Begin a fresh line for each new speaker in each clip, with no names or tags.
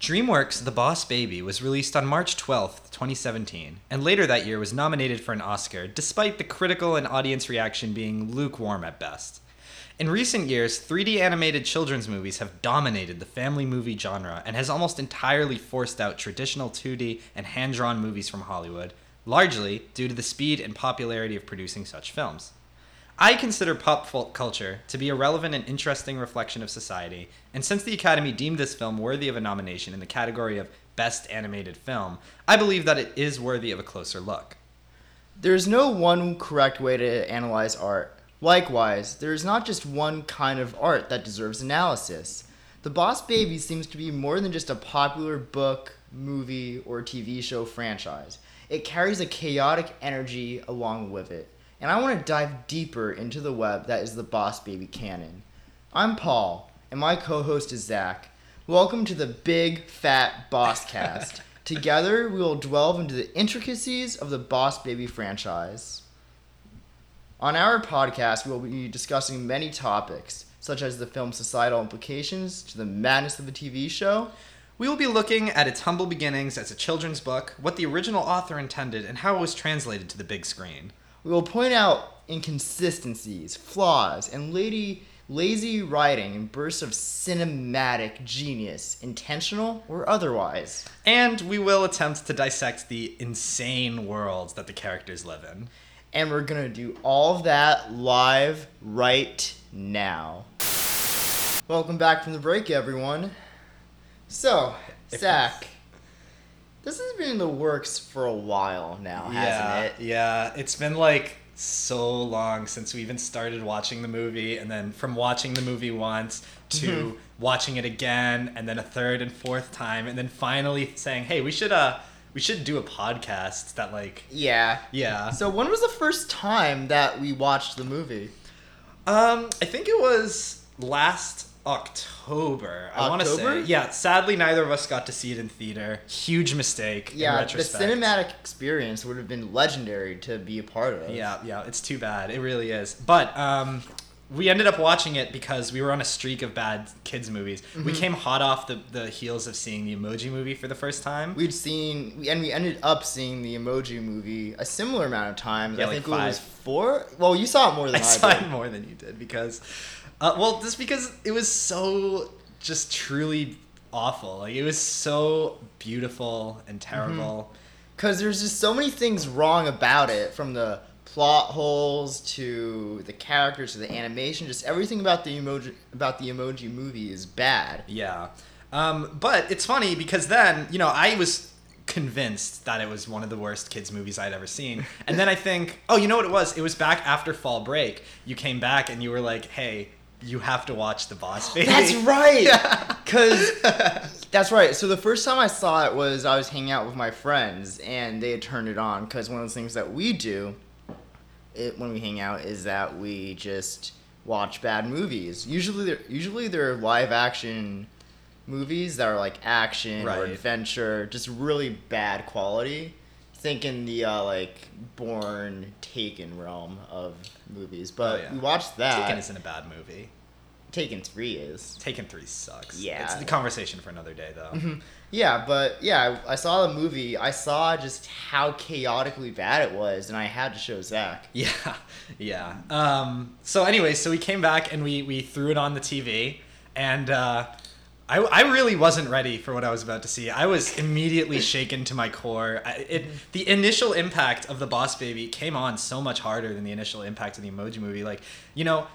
DreamWorks' The Boss Baby was released on March 12, 2017, and later that year was nominated for an Oscar, despite the critical and audience reaction being lukewarm at best. In recent years, 3D animated children's movies have dominated the family movie genre and has almost entirely forced out traditional 2D and hand drawn movies from Hollywood, largely due to the speed and popularity of producing such films. I consider pop folk culture to be a relevant and interesting reflection of society, and since the Academy deemed this film worthy of a nomination in the category of Best Animated Film, I believe that it is worthy of a closer look.
There's no one correct way to analyze art. Likewise, there is not just one kind of art that deserves analysis. The Boss Baby seems to be more than just a popular book, movie, or TV show franchise. It carries a chaotic energy along with it. And I want to dive deeper into the web that is the Boss Baby canon. I'm Paul, and my co host is Zach. Welcome to the Big Fat Boss Cast. Together, we will delve into the intricacies of the Boss Baby franchise. On our podcast, we will be discussing many topics, such as the film's societal implications to the madness of the TV show.
We will be looking at its humble beginnings as a children's book, what the original author intended, and how it was translated to the big screen.
We will point out inconsistencies, flaws, and lady, lazy writing and bursts of cinematic genius, intentional or otherwise.
And we will attempt to dissect the insane worlds that the characters live in.
And we're going to do all of that live right now. Welcome back from the break, everyone. So, Zach, this has been in the works for a while now,
yeah,
hasn't it?
Yeah, it's been like so long since we even started watching the movie, and then from watching the movie once to
Mm-hmm.
watching it again, and then a third and fourth time, and then finally saying, "Hey, we should uh, we should do a podcast that like."
Yeah.
Yeah.
So, when was the first time that we watched the movie?
Um, I think it was last October. I want to
October?
say, yeah. Sadly, neither of us got to see it in theater. Huge mistake. in
Yeah, the
retrospect.
cinematic experience would have been legendary to be a part of.
Yeah, yeah, it's too bad. It really is. But um, we ended up watching it because we were on a streak of bad kids movies.
Mm-hmm.
We came hot off the, the heels of seeing the Emoji Movie for the first time.
We'd seen, we- and we ended up seeing the Emoji movie a similar amount of times.
Yeah,
I
like
think it was four. Well, you saw it more than
I
I,
saw
did.
it more than you did because, uh, well, just because it was so just truly awful. Like it was so beautiful and terrible.
Mm-hmm. Because there's just so many things wrong about it, from the plot holes to the characters to the animation. Just everything about the emoji about the Emoji movie is bad.
Yeah. Um, but it's funny because then, you know, I was convinced that it was one of the worst kids movies I'd ever seen. And then I think, oh, you know what it was? It was back after fall break. You came back and you were like, "Hey, you have to watch The Boss Baby."
That's right. Because that's right. So the first time I saw it was I was hanging out with my friends and they had turned it on because one of the things that we do it, when we hang out is that we just watch bad movies. Usually, they're, usually they're live action movies that are like action or
Right.
adventure, just really bad quality. Think in the uh, like born taken realm of movies, but
Oh, yeah.
we watched that.
Taken isn't a bad movie.
Taken three is.
Taken 3 sucks.
Yeah.
It's the conversation for another day though.
Yeah, but yeah, I I saw the movie. I saw just how chaotically bad it was, and I had to show Zach.
Yeah, yeah. Um, so anyway, so we came back and we we threw it on the TV, and uh, I I really wasn't ready for what I was about to see. I was immediately shaken to my core. I, it the initial impact of the Boss Baby came on so much harder than the initial impact of the Emoji Movie. Like you know,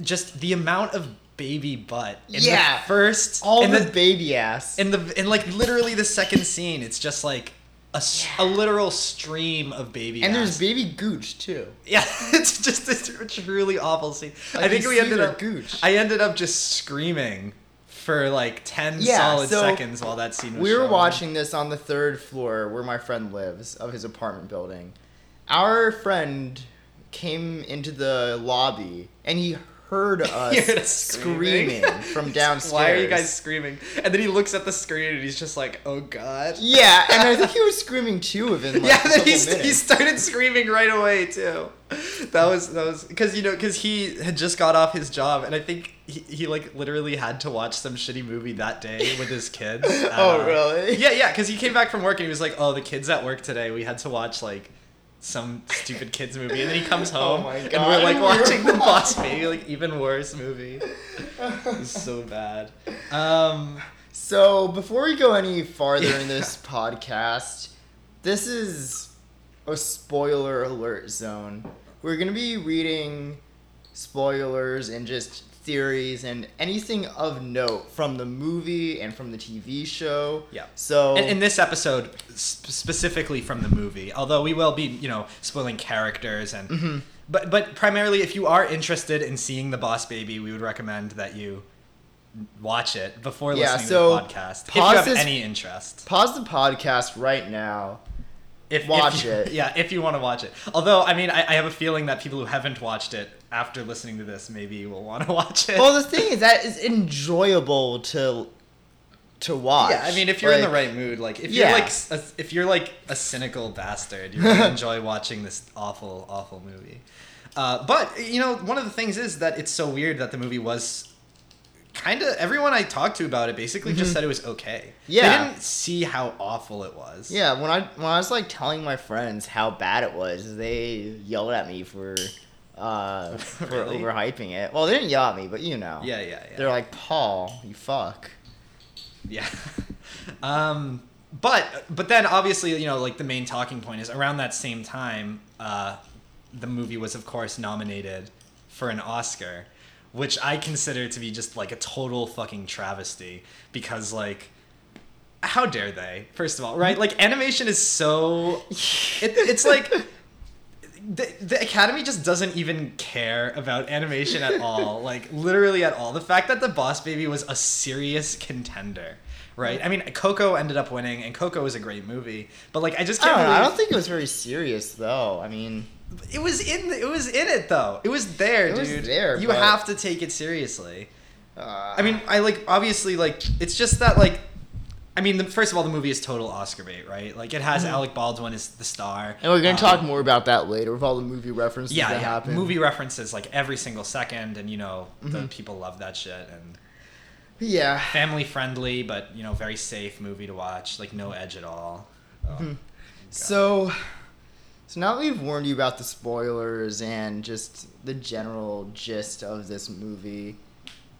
just the amount of baby butt in
Yeah.
the first
All
in
the, baby ass.
in the in like literally the second scene. It's just like. A, s- a literal stream of baby
and
ass.
there's baby gooch too.
Yeah, it's just a truly awful scene.
Like,
I think
you
we
see
ended
the
up.
gooch.
I ended up just screaming for like ten
Yeah,
solid
so
seconds while that scene was.
We were
showing.
watching this on the third floor where my friend lives of his apartment building. Our friend came into the lobby and he heard us
hear us
screaming.
screaming.
from downstairs.
Why are you guys screaming? And then he looks at the screen and he's just like, oh god.
Yeah, and I think he was screaming too within like
yeah, then
a couple
he,
minutes.
st- he started screaming right away too. That was that was because you know because he had just got off his job and I think he, he like literally had to watch some shitty movie that day with his kids.
Oh, really?
Uh, Yeah, yeah. Because he came back from work and he was like, "Oh, the kids at work today. We had to watch like some stupid kids movie." And then he comes
Oh
home
my
and
God.
we're like
We were
watching the Boss Baby, like even worse movie. It's so bad. Um,
So before we go any farther in this podcast, this is a spoiler alert zone. We're gonna be reading spoilers and just theories and anything of note from the movie and from the TV show.
Yeah.
So
in, in this episode sp- specifically from the movie although we will be you know spoiling characters and
Mm-hmm.
but but primarily if you are interested in seeing the boss baby we would recommend that you watch it before
Yeah,
listening
so
to the podcast if you
pause
have
this-
any interest
pause the podcast right now.
if if
watch
you-
it.
yeah if you want to watch it although i mean I, I have a feeling that people who haven't watched it after listening to this maybe will want to watch it
Well, the thing is that is enjoyable to to watch.
yeah, I mean, if you're in the
Like,
right mood, like if
Yeah.
you're like s- a, if you're like a cynical bastard, you're gonna enjoy watching this awful, awful movie. Uh, but you know, one of the things is that it's so weird that the movie was kind of everyone I talked to about it basically just said it was okay.
Mm-hmm. Yeah.
they didn't see how awful it was.
Yeah, when I when I was like telling my friends how bad it was, they yelled at me for uh for
Really?
overhyping it. Well, they didn't yell at me, but you know.
yeah, yeah, yeah.
They're like, "Paul, you fuck."
Yeah. um, but but then obviously you know like the main talking point is around that same time uh, the movie was of course nominated for an Oscar, which I consider to be just like a total fucking travesty because like. How dare they? First of all, right? Like animation is so it, it's like the, the academy just doesn't even care about animation at all like literally at all the fact that the boss baby was a serious contender right i mean coco ended up winning and coco is a great movie but like i just
I
can't
don't know. I
believe-
don't think it was very serious though. I mean,
it was in the, it was in it though it was there
It was
dude
there,
you
but-
have to take it seriously
uh,
I mean, I like obviously like it's just that like I mean, the, first of all, the movie is total Oscar bait, right? Like it has
Mm-hmm.
Alec Baldwin as the star,
and we're going
Um,
to talk more about that later with all the movie references
Yeah,
that
yeah,
happen. Mm-hmm.
movie references like every single second, and you know the people love that shit. And
Yeah.
family friendly, but you know very safe movie to watch. Like no edge at all. Oh.
Mm-hmm. So, so now that we've warned you about the spoilers and just the general gist of this movie,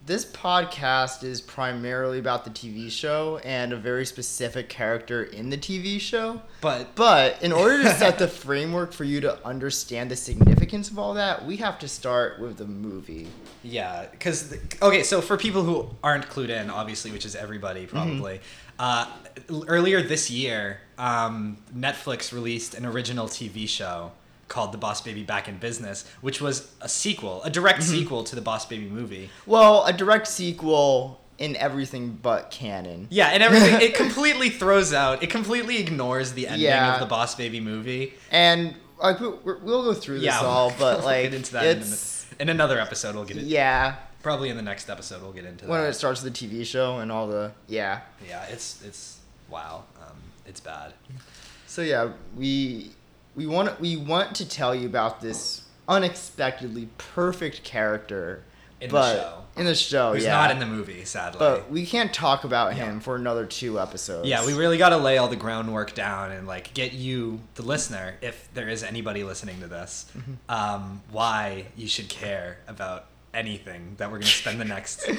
this podcast is primarily about the TV show and a very specific character in the TV show.
But
But in order to set the framework for you to understand the significance of all that, we have to start with the movie.
Yeah, because okay, so for people who aren't clued in, obviously, which is everybody
Mm-hmm.
probably, uh, l- earlier this year, um, Netflix released an original TV show called The Boss Baby Back in Business, which was a sequel, a direct
Mm-hmm.
sequel to the Boss Baby movie.
Well, a direct sequel in everything but canon.
Yeah, and everything it completely throws out, it completely ignores the ending
Yeah.
of the Boss Baby movie.
And like we- we're- we'll go through this
Yeah,
all, but
we'll
like
get into that in, a
it's
minute. in another episode. We'll get it.
yeah.
Probably in the next episode, we'll get into
when
that.
it starts the TV show and all the yeah.
yeah, it's it's wow, um, it's bad.
So yeah, we we want we want to tell you about this unexpectedly perfect character
In the
but
show.
In the show,
Who's
Oh, yeah.
not in the movie, sadly.
but we can't talk about him for another two episodes.
yeah, we really got to lay all the groundwork down and like get you, the listener, if there is anybody listening to this,
Mm-hmm.
um, why you should care about anything that we're going to spend the next. I-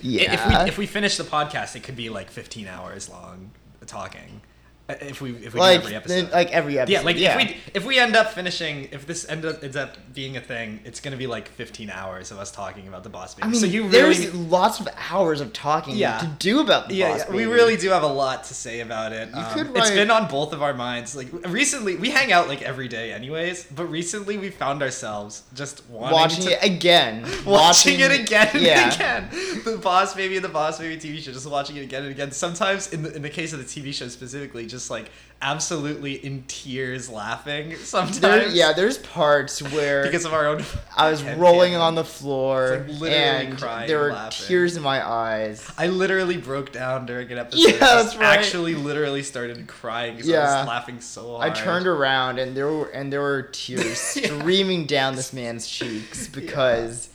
yeah.
If we if we finish the podcast, it could be like 15 hours long talking. Uh, If we if we do
like
every episode.
then, like every episode.
yeah, like if we if we end up finishing if this end up ends up being a thing, it's gonna be like 15 hours of us talking about the boss baby.
I mean,
so you really
there's lots of hours of talking
Yeah.
to do about the
yeah,
boss
yeah, we
baby.
really do have a lot to say about it. Um,
could
It's
write-
been on both of our minds. Like recently, we hang out like every day, anyways. But recently, we found ourselves just wanting
watching
to,
it again,
watching, it again and
yeah.
again. The Boss Baby and the Boss Baby TV show, just watching it again and again. Sometimes, in the, in the case of the TV show specifically, just just like absolutely in tears laughing sometimes.
There, yeah, there's parts where
because of our own.
I was
And
rolling
yeah.
on the floor
It's like literally
and
crying
there were
laughing.
tears in my eyes.
I literally broke down during an episode.
Yeah,
I
that's
just
right.
Actually, literally started crying because I
Yeah.
was laughing so
I
hard.
turned around and there were and there were tears
Yeah.
streaming down this man's cheeks because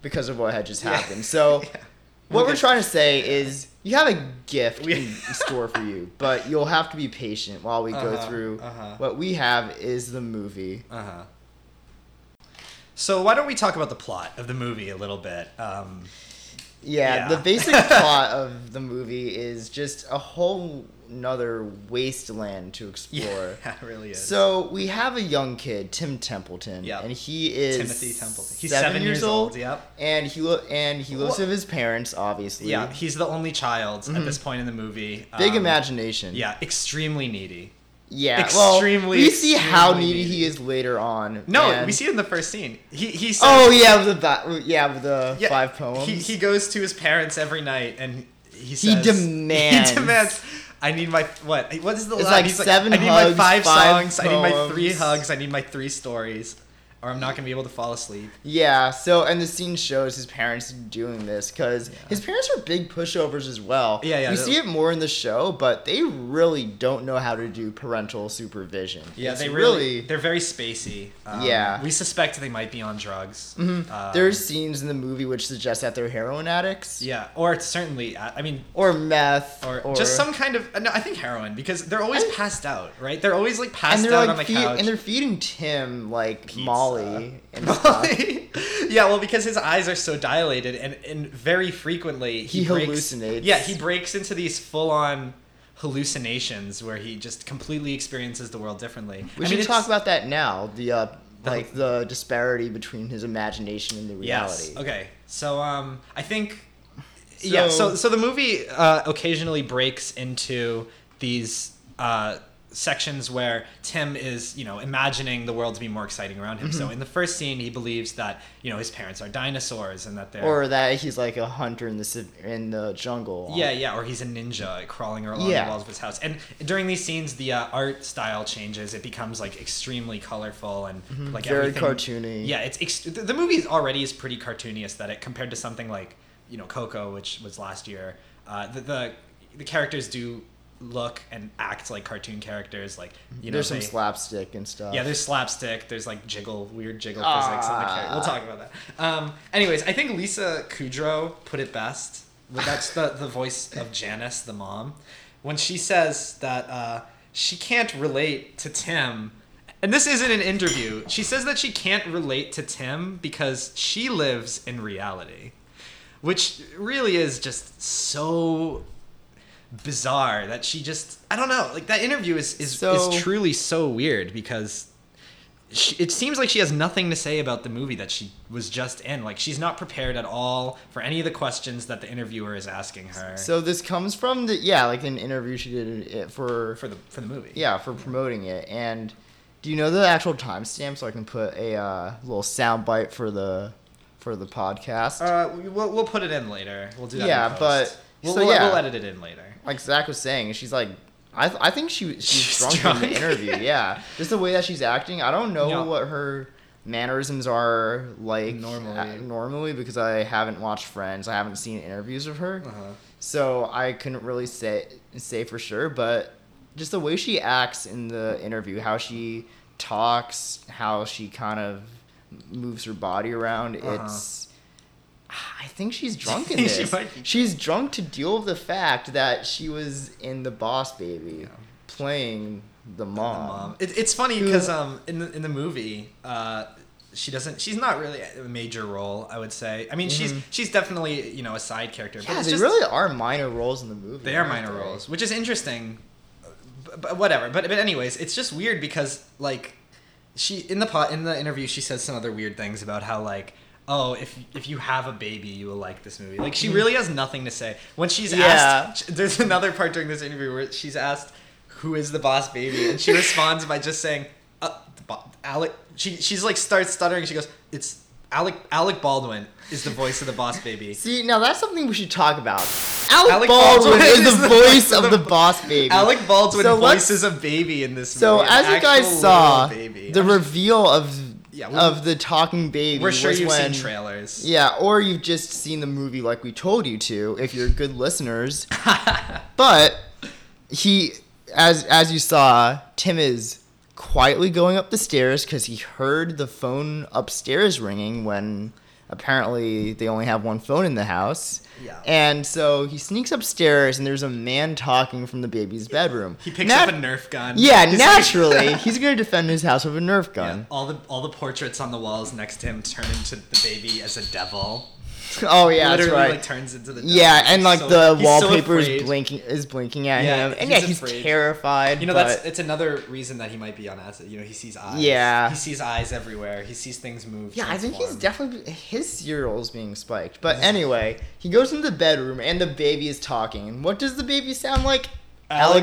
because of what had just
Yeah.
happened. So
Yeah.
what
We'll
we're
get-
trying to say is you have a gift
We-
in store for you, but you'll have to be patient while we go
Uh-huh,
through
uh-huh.
what we have is the movie.
Uh huh. So why don't we talk about the plot of the movie a little bit? Um,
Yeah,
Yeah.
the basic plot of the movie is just a whole nother wasteland to explore.
yeah, it really is.
So we have a young kid, Tim Templeton,
Yep.
and he is
Timothy Templeton. He's seven years old, yep.
and he lo- and he lives
Wha-
with his parents, obviously.
yeah, he's the only child at this point in the movie.
Mm-hmm. big
Um,
imagination.
Yeah, extremely needy.
yeah. well,
extremely,
we see how
extremely
needy he
needy.
is later on.
No,
and-
we see it in the first scene. He he says,
Oh yeah, with the ba- yeah with the five poems.
He, he goes to his parents every night and he says,
He demands.
He demands. I need my what? What is the
It's
line?
like
He's
seven
I need
hugs,
my five,
five
songs. I need my three
poems."
hugs. I need my three stories, or I'm not gonna be able to fall asleep.
Yeah, so and the scene shows his parents doing this because his parents are big pushovers as well.
Yeah, yeah,
We
they're-
see it more in the show, but they really don't know how to do parental supervision.
Yeah,
It's
they really, they're very spacey. Um,
Yeah. Mm-hmm.
we suspect they might be on drugs. Um,
there's scenes in the movie which suggest that they're heroin addicts
yeah, or it's certainly. I I mean,
or meth
or, just some kind of no, I think heroin because they're always
I-
passed out, right? They're always like
and
passed
they're
out
like
on the
feed-
couch.
and they're feeding Tim like
Pizza.
Molly and stuff.
Molly. yeah, well, because his eyes are so dilated, and and very frequently
He
breaks-
hallucinates.
Yeah, he breaks into these full on hallucinations where he just completely experiences the world differently.
We
I
should
mean,
talk
it's-
about that now. The uh,
The-
like the disparity between his imagination and the reality.
Yes. Okay. So um, I think yeah.
So-
So so the movie uh, occasionally breaks into these uh, sections where Tim is you know imagining the world to be more exciting around him.
Mm-hmm.
So in the first scene, he believes that you know his parents are dinosaurs and that they're
or that he's like a hunter in the civ- in the jungle.
Yeah, yeah, or he's a ninja crawling along
Yeah.
the walls of his house. And during these scenes, the uh, art style changes. It becomes like extremely colorful and like
Mm-hmm. Very
everything-
cartoony.
Yeah, it's ex- the, the movie is already is pretty cartoony aesthetic compared to something like you know Coco, which was last year. Uh, the, the the characters do look and act like cartoon characters. Like you know,
there's some
they-
slapstick and stuff.
yeah, there's slapstick. There's like jiggle, weird jiggle
Ah.
physics. In the character. We'll talk about that. Um, anyways, I think Lisa Kudrow put it best. Well, That's the, the voice of Janice, the mom, when she says that uh, she can't relate to Tim. And this isn't an interview. She says that she can't relate to Tim because she lives in reality, which really is just so bizarre that she just I don't know like that interview is is,
So-
is truly so weird because she, it seems like she has nothing to say about the movie that she was just in like she's not prepared at all for any of the questions that the interviewer is asking her
So this comes from the yeah, like an interview she did it for,
for the for the movie
yeah for promoting it. And do you know the actual timestamp so I can put a uh, little soundbite for the for the podcast?
uh we- we'll, we'll put it in later we'll do that in
Yeah,
post.
but-
we'll,
so
we'll,
yeah.
we'll edit it in later
like Zach was saying, she's like. I, th- I think she she's,
She's
drunk, in
drunk.
the interview. Yeah, just the way that she's acting. I don't know
Yeah.
what her mannerisms are like
Normally.
uh, normally because I haven't watched Friends. I haven't seen interviews of her.
uh-huh.
So I couldn't really say say for sure, but just the way she acts in the interview, how she talks, how she kind of moves her body around,
Uh-huh.
it's I think she's drunk in
She
this.
might be-
She's drunk to deal with the fact that she was in the boss baby
Yeah.
playing
the
the mom.
mom. It, it's funny
Who-
because um in the in the movie uh she doesn't she's not really a major role I would say I mean she's she's definitely you know a side character but
Mm-hmm. Yeah,
it's
they
just,
really are minor roles in the movie.
they are
aren't
minor
they?
roles which is interesting but, but whatever but but anyways it's just weird because like she in the pot in the interview she says some other weird things about how like oh if if you have a baby you will like this movie like she really has nothing to say when she's
Hmm. Yeah.
asked there's another part during this interview where she's asked who is the boss baby and she responds by just saying uh, the bo- Alec she she's like starts stuttering she goes it's Alec Alec Baldwin is the voice of the Boss Baby.
See, now that's something we should talk about. Alec,
Alec
Baldwin,
Baldwin
is the voice of the boss baby.
Alec Baldwin
So let's-
voices a baby in this
So
movie. an
as you
actual
guys
little
saw,
baby.
the reveal of
Yeah, we-
of the talking baby.
we're sure
was
you've
when,
seen trailers.
Yeah, or you've just seen the movie like we told you to, if you're good listeners. but he, as as you saw, Tim is quietly going up the stairs because he heard the phone upstairs ringing when apparently they only have one phone in the house.
Yeah.
And so he sneaks upstairs and there's a man talking from the baby's bedroom.
He picks
Nat-
up a Nerf gun.
Yeah,
He's like-
naturally, he's gonna defend his house with a Nerf
Yeah,
gun.
all the all the portraits on the walls next to him turn into the baby as a devil.
Oh yeah, that's
Literally,
right.
like turns into the devil.
Yeah, and
He's
like
so-
the
he's so
wallpaper is
afraid.
blinking is blinking at
Yeah,
him, and
he's
yeah, he's
afraid.
terrified.
You know,
but,
that's it's another reason that he might be on acid. You know, he sees eyes.
Yeah.
he sees eyes everywhere. He sees things move.
yeah. I think he's
definitely.
definitely his cereal is being spiked. But anyway, he goes into the bedroom, and the baby is talking. And what does the baby sound like?
yeah,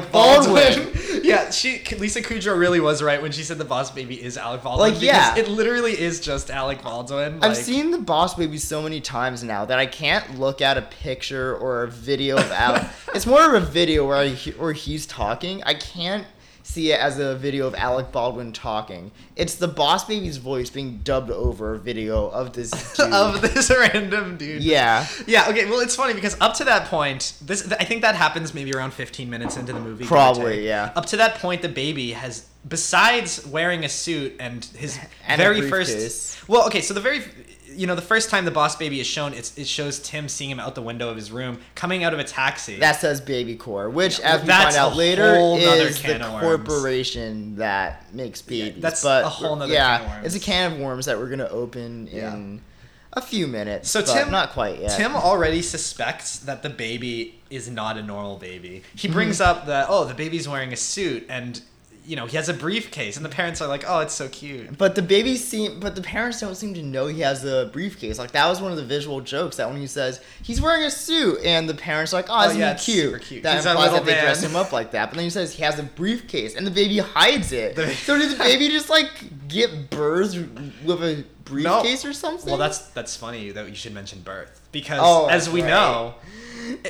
she Lisa Kudrow really was right when she said the boss baby is Alec Baldwin.
Like,
because
yeah.
it literally is just Alec Baldwin.
I've
like-
seen the Boss Baby so many times now that I can't look at a picture or a video of Alec. it's more of a video where I, he- where he's talking. I can't see it as a video of Alec Baldwin talking. It's the Boss Baby's voice being dubbed over a video of this dude.
of this random dude.
yeah.
Yeah, okay, well, it's funny because up to that point, this th- I think that happens maybe around 15 minutes into the movie. give or
Probably,
take.
yeah.
Up to that point, the baby has, besides wearing a suit and his
And a
very
briefcase.
first. Well, okay, so the very. f- You know, the first time the boss baby is shown, it's, it shows Tim seeing him out the window of his room, coming out of a taxi.
That says Baby Core, which, as we
that's
find
a
out later,
whole nother
is the
can of worms.
corporation that makes babies.
that's
but
a whole nother
yeah,
can of
it's a
worms.
can of worms that we're gonna open
Yeah.
in a few minutes.
So
but
Tim,
not quite yet.
Tim already suspects that the baby is not a normal baby. He brings
Mm-hmm.
up the oh, the baby's wearing a suit, and you know he has a briefcase, and the parents are like, oh, it's so cute.
But the baby seem, but the parents don't seem to know he has a briefcase. Like that was one of the visual jokes that when he says he's wearing a suit, and the parents are like, "Oh,
Oh,
isn't he
yeah, it's
cute?"
super cute.
That
He's our
implies
little
that they dress
man.
him up like that. But then he says he has a briefcase, and the baby hides it.
The-
so did the baby just like get birthed with a briefcase or something?
Well, that's that's funny that you should mention birth because
Oh,
as we
right.
know,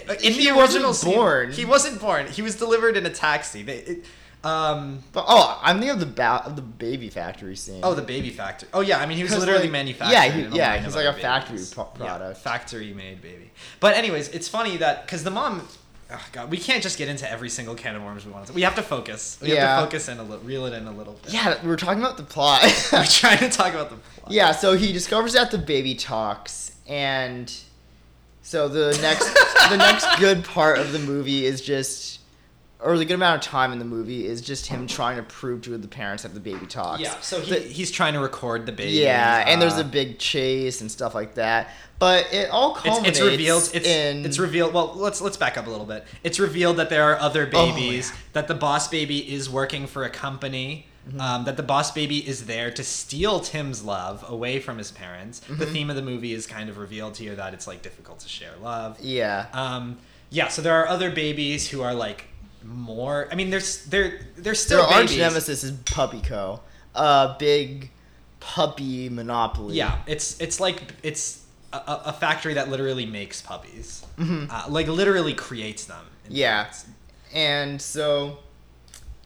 i- in
He
the
wasn't
original scene-
born.
he wasn't born. He was delivered in a taxi. They, it, um,
But oh, I'm thinking of the ba- of the baby factory scene.
oh, the baby factory. Oh yeah, I mean he was
'Cause,
literally
like,
manufactured.
yeah, he-
in a
yeah,
line
he's
of
like
other
a factory
babies.
pro-
Yeah,
product.
factory made baby. But anyways, it's funny that because the mom. Oh God, we can't just get into every single can of worms we want to. We have to focus. We have
Yeah.
to focus in a little, reel it in a little bit.
yeah, we were talking about the plot.
we're trying to talk about the plot.
Yeah, so he discovers that the baby talks, and so the next the next good part of the movie is just, or the good amount of time in the movie is just him trying to prove to the parents that the baby talks.
Yeah, so he,
The-
he's trying to record the baby.
yeah, and there's
uh,
a big chase and stuff like that. But it all
it's,
culminates
it's revealed it's
in
it's revealed well let's let's back up a little bit it's revealed that there are other
Oh,
babies
yeah.
that the boss baby is working for a company
Mm-hmm.
um, that the boss baby is there to steal tim's love away from his parents the
Mm-hmm.
theme of the movie is kind of revealed here that it's like difficult to share love
yeah.
um, yeah so there are other babies who are like more i mean there's they're they're
Their
still
arch
babies.
nemesis is Puppy Co, a big puppy monopoly.
Yeah, it's it's like it's a, a a factory that literally makes puppies, uh, like literally creates them.
Mm-hmm. Yeah. And so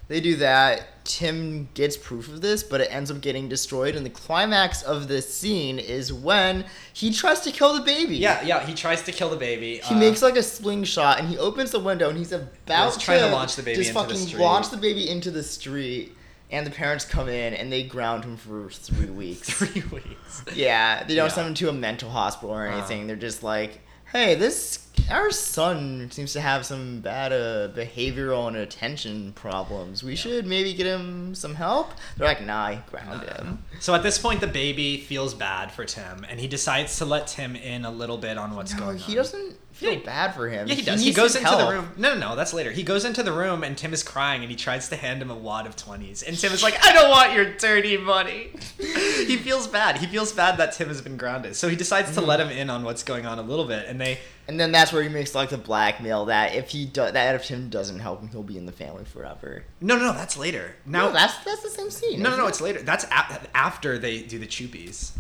they do that. Tim gets proof of this, but it ends up getting destroyed. And the climax of this scene is when he tries to kill the baby.
Yeah, yeah. He tries to kill the baby.
He
uh,
makes like a slingshot and he opens the window and he's about
He's trying to launch the baby
just
into the
fucking
street.
launch the baby into the street. And the parents come in and they ground him for three weeks.
three weeks.
yeah, they don't
Yeah.
send him to a mental hospital or
Uh.
anything. They're just like, hey, this our son seems to have some bad uh, behavioral and attention problems. We should maybe get him some help. They're like, nah, I ground him.
um, So at this point, the baby feels bad for Tim, and he decides to let Tim in a little bit on what's
No,
going on.
he doesn't feel
Yeah, he-
bad for him.
Yeah, he does. He,
needs
goes
his
into
help.
the room. No, no, no. That's later. He goes into the room, and Tim is crying, and he tries to hand him a wad of twenties, and Tim is like, "I don't want your dirty money." he feels bad. He feels bad that Tim has been grounded, so he decides to let
Mm.
him in on what's going on a little bit, and they
And then that's where he makes like the blackmail that if he do- that if Tim doesn't help him, he'll be in the family forever.
No, no, no, that's later. Now
No, that's that's the same scene.
No, no,
isn't
no,
it?
it's later. That's a- after they do the choopies.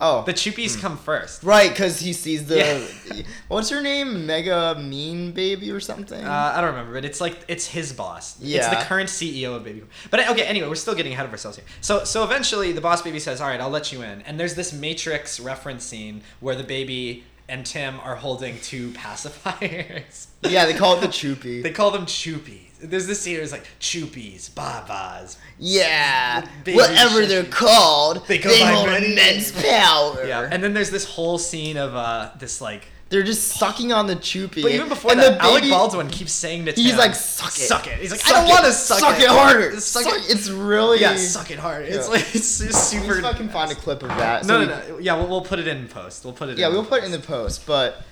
Oh.
The Chuppies come first.
Right, because he sees the.
Yeah.
What's her name? Mega Mean Baby or something?
Uh, I don't remember, but it's like it's his boss. It's
Yeah.
the current CEO of Baby. Corn. But okay, anyway, we're still getting ahead of ourselves here. So so eventually the boss baby says, "All right, I'll let you in." And there's this Matrix reference scene where the baby and Tim are holding two pacifiers.
yeah, they call it the Choopy.
They call them choopies. There's this scene where it's like choopies, babas.
yeah,
Baby
whatever they're
Choopy.
called,
They
they,
go by
hold
many
immense power.
Yeah. And then there's this whole scene of uh this like
they're just sucking on the Choopy.
But even before
and
that,
the
Alec
baby-
Baldwin keeps saying to Tim,
He's like, suck it.
suck it." He's like,
Suck
"I don't
it.
want to suck,
Suck it harder.
suck,
Suck-
it."
It's really.
Oh, Yeah, suck it hard. It's
Yeah.
like it's just
We
super.
should fucking find a clip of that.
no,
so
no,
we-
no. Yeah, we'll, we'll put it in post. We'll put it.
Yeah,
in
we'll put it in the post, but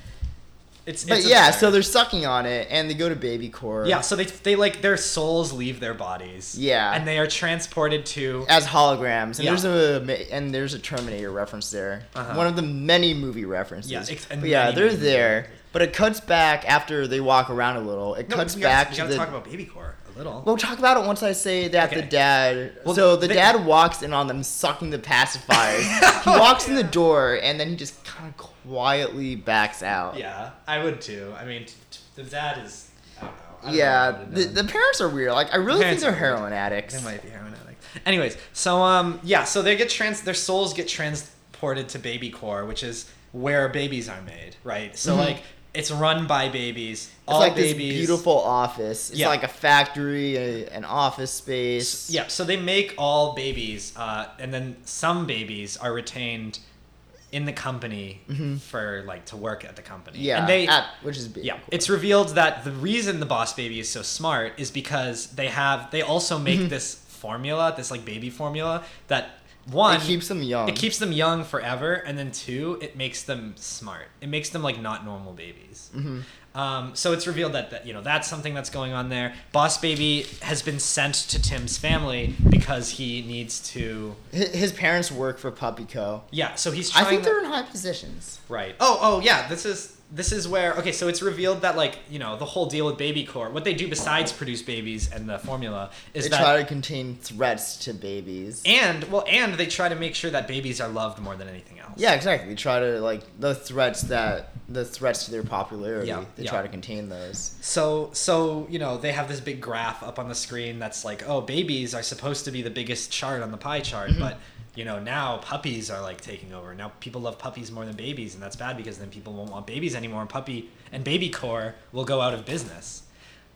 It's,
but
it's
yeah,
absurd.
so they're sucking on it, and they go to Baby Core.
Yeah, so they they like their souls leave their bodies.
Yeah.
and they are transported to.
as holograms, and
Yeah.
there's a ma- and there's a Terminator reference there,
Uh-huh.
one of the many movie references.
Yeah, ex- and
But yeah,
many,
they're
many movie
there,
references.
but it cuts back after they walk around a little. It
No,
cuts
we gotta-
back
We
to
gotta
the.
talk about Baby Core a little.
We'll talk about it once I say that the
Okay.
dad.
Well,
so the
they-
dad walks in on them sucking the pacifiers. he walks in the door and then he just kind of quietly backs out.
yeah, I would too. I mean, t- t- the dad is. I don't know. I don't
Yeah,
know what I would've
the,
done.
the parents are weird. Like I really think
parents
they're
are weird.
heroin addicts.
They might be heroin addicts. Anyways, so um, yeah, so they get trans, their souls get transported to baby core, which is where babies are made, right? So
Mhm.
like, it's run by babies.
It's
all
like
babies.
this beautiful office. It's
Yeah.
like a factory, a, an office space.
Yeah, so they make all babies, uh, and then some babies are retained in the company for like to work at the company.
Mm-hmm. Yeah.
and they
at- which is big.
Yeah, it's revealed that the reason the boss baby is so smart is because they have they also make
Mm-hmm.
this formula, this like baby formula that one
It keeps them young.
it keeps them young forever, and then two, it makes them smart. It makes them like not normal babies.
Mm-hmm.
Um, so it's revealed that, that you know that's something that's going on there. Boss baby has been sent to Tim's family because he needs to.
Hi- His parents work for Puppy Co.
Yeah, so he's
I
trying.
think
to-
they're in high positions.
Right. Oh, oh yeah. This is this is where okay. So it's revealed that like you know the whole deal with Baby Core. What they do besides produce babies and the formula is
They
that
try to contain threats to babies.
and well and they try to make sure that babies are loved more than anything else.
yeah, exactly. They try to like the threats that the threats to their popularity.
Yeah,
they
yeah.
try to contain those.
So so you know they have this big graph up on the screen that's like oh babies are supposed to be the biggest chart on the pie chart but you know now puppies are like taking over now people love puppies more than babies and that's bad because then people won't want babies anymore and puppy and baby core will go out of business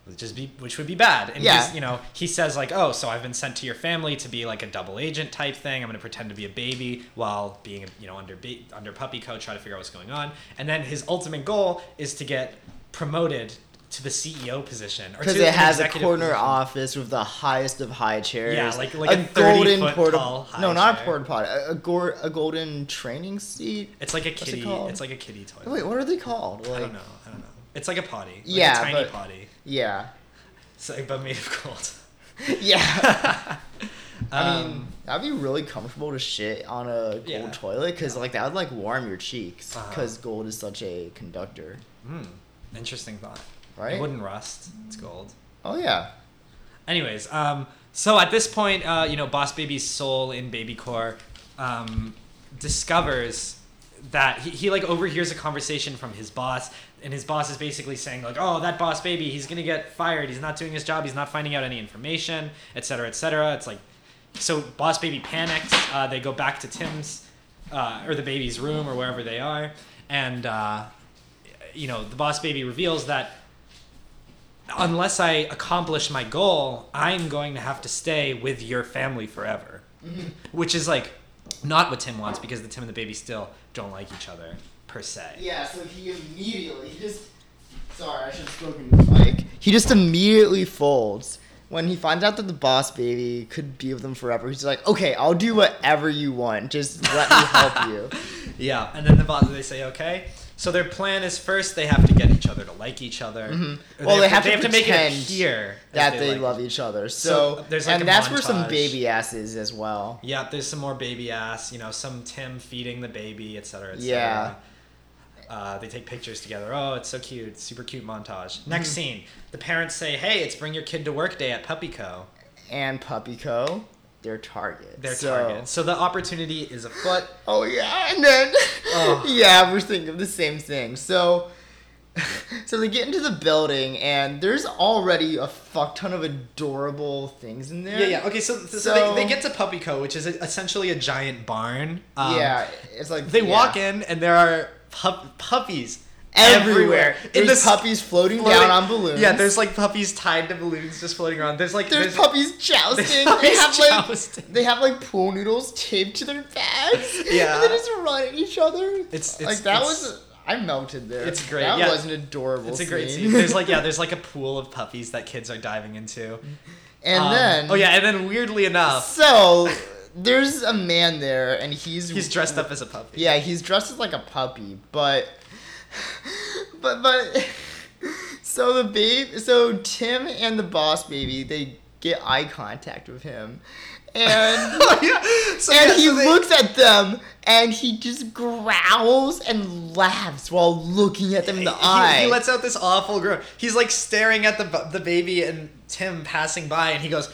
which is be which would be bad and
Yeah.
he's, you know he says like oh so I've been sent to your family to be like a double agent type thing I'm gonna pretend to be a baby while being you know under ba- under puppy co try to figure out what's going on and then his ultimate goal is to get promoted to the CEO position or
Because
to
it
an
has a
executive
corner
position.
office with the highest of high chairs.
like- like a 30 foot
porta-
tall high
No, not
chair.
a porta potty. A, a, gor- a golden training seat.
It's like a
What's it
kitty.
called?
it's like a kitty toilet.
Wait, what are they called?
I
Like-
don't know. I don't know. It's like a potty. Like
Yeah,
a tiny
but-
potty.
Yeah.
So, but made of gold.
Yeah. I mean,
Um,
that'd be really comfortable to shit on a gold
Yeah.
toilet because like that would like warm your cheeks
Uh-huh.
because gold is such a conductor.
hmm, interesting thought. It
Right?
wouldn't rust. It's gold.
Oh yeah,
Anyways, um, so at this point, uh, you know, Boss Baby's soul in Baby Core um, discovers that he, he like overhears a conversation from his boss, and his boss is basically saying like, "Oh, that Boss Baby, he's gonna get fired. He's not doing his job. He's not finding out any information, etc., cetera, etc." Cetera. It's like, so Boss Baby panics. Uh, they go back to Tim's uh, or the baby's room or wherever they are, and uh, you know, the Boss Baby reveals that unless I accomplish my goal, I'm going to have to stay with your family forever. Which is like not what Tim wants because the Tim and the baby still don't like each other per se.
yeah. So he immediately he just sorry I should have spoken to Mike. He just immediately folds when he finds out that the boss baby could be with him forever. He's like, okay, I'll do whatever you want. Just let me help you.
Yeah, and then the boss they say okay. So their plan is first they have to get each other to like each other. Or
Mm-hmm. Well, they have to
make it
pretend
appear
That
as
they
like
love each other. So,
there's, like,
and
a
that's where some
montage.
baby ass is as well.
Yeah, there's some more baby ass, you know, some Tim feeding the baby, et cetera, et
Yeah.
cetera. Uh, they take pictures together. Oh, it's so cute. Super cute montage. Next scene. The parents say, hey, it's bring your kid to work day at Puppy Co.
and Puppy Co. their target.
Their
so,
target. So the opportunity is a
But oh yeah, and then
Oh.
yeah, we're thinking of the same thing. So so they get into the building and there's already a fuck ton of adorable things in there.
Yeah, yeah. Okay, so so,
So-
they, they get to Puppy Co, which is e-, essentially a giant barn. Um,
yeah, it's like
They
yeah.
walk in and there are pup- puppies
everywhere.
everywhere.
There's
this-
puppies floating,
floating-
down on balloons.
Yeah, there's like puppies tied to balloons just floating around. There's like
there's, puppies jousting. they
puppies
have
jousting.
like they have like pool noodles taped to their backs.
Yeah.
and they just run at each other.
It's-
like
it's-
that
it's-
was. I melted there.
it's great,
That
yeah.
was an adorable.
It's a great scene. There's like yeah, there's like a pool of puppies that kids are diving into.
and
Um,
then
oh yeah, and then weirdly enough,
So there's a man there, and he's
he's dressed up as a puppy.
Yeah, he's dressed as like a puppy, but but but so the babe, so Tim and the boss baby, they get eye contact with him, and
Oh, yeah. So,
and
yeah,
he
so they-
looks at them and he just growls and laughs while looking at them in the
he,
eye.
He lets out this awful groan. He's like staring at the bu- the baby and Tim passing by, and he goes.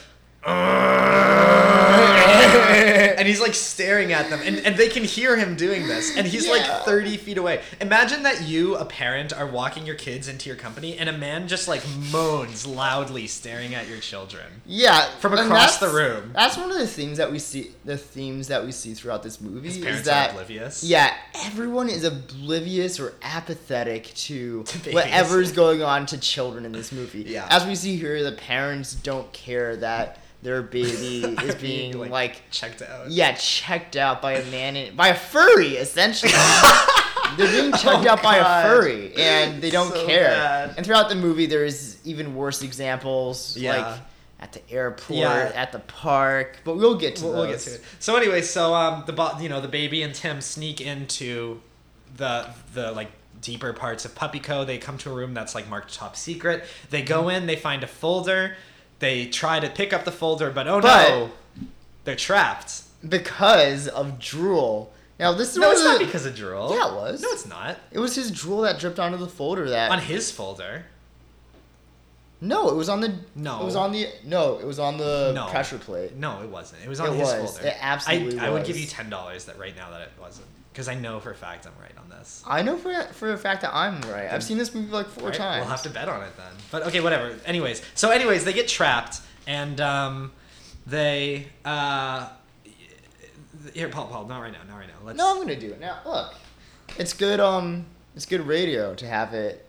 and he's like staring at them, and, and they can hear him doing this. And he's
Yeah.
like 30 feet away. Imagine that you, a parent, are walking your kids into your company, and a man just like moans loudly staring at your children.
yeah,
From
and
across the
that's-
room.
That's one of the things that we see. The themes that we see throughout this movie
His
is
parents
that
are oblivious.
Yeah, everyone is oblivious or apathetic to
babies.
whatever's going on to children in this movie.
Yeah.
As we see here, the parents don't care that their baby
Are
is being like,
checked out.
yeah, checked out by a man in, by a furry essentially. They're being checked
Oh,
out by
God.
a furry and they don't
So
care.
bad.
And throughout the movie there's even worse examples
Yeah.
like at the airport,
Yeah.
at the park, but we'll get to
we'll, we'll get
those.
to it. So anyway, so um, the bo- you know the baby and Tim sneak into the the like deeper parts of Puppy Co. They come to a room that's like marked top secret. They
Mm-hmm.
go in. They find a folder. They try to pick up the folder, but oh no, they're trapped.
because of drool. Now this is
No,
one
it's
of
not
the,
because of drool.
Yeah, it was.
No, it's not.
It was his drool that dripped onto the folder that.
On his folder.
no, it was on the.
No.
It was on the. No, it was on the
No.
pressure plate.
No, it wasn't. It was on
It
his
was.
folder.
It absolutely
I, I would give
was.
you ten dollars that right now that it wasn't because I know for a fact I'm right on this.
I know for for a fact that I'm right. I've seen this movie like four
Right,
times.
We'll have to bet on it then. But okay, whatever. Anyways, so anyways, they get trapped and um, they uh, here, Paul, Paul, not right now, not right now. Let's
no, I'm gonna do it now. Look, it's good. Um, it's good radio to have it.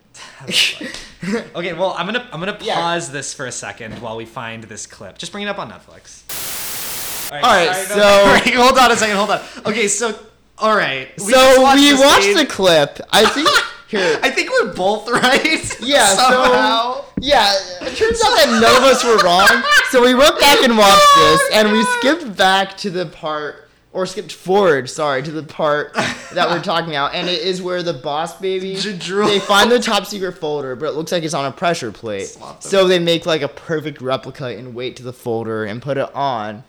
okay. Well, I'm gonna I'm gonna
Yeah.
pause this for a second while we find this clip. Just bring it up on Netflix. All right.
All right,
sorry, no-
so-
all right, hold on a second. Hold on. Okay, so all right. we just
so we
this
watched
scene.
the clip. I think here.
I think we're both right.
Yeah,
somehow.
so yeah, it turns out that none of us were wrong. So we went back and watched
Oh
this, and we skipped back to the part, or skipped forward, sorry, to the part that we're talking about, and it is where the boss baby
J- drool.
they find the top secret folder, but it looks like it's on a pressure plate.
Swap them.
So they make like a perfect replica and wait to the folder and put it on,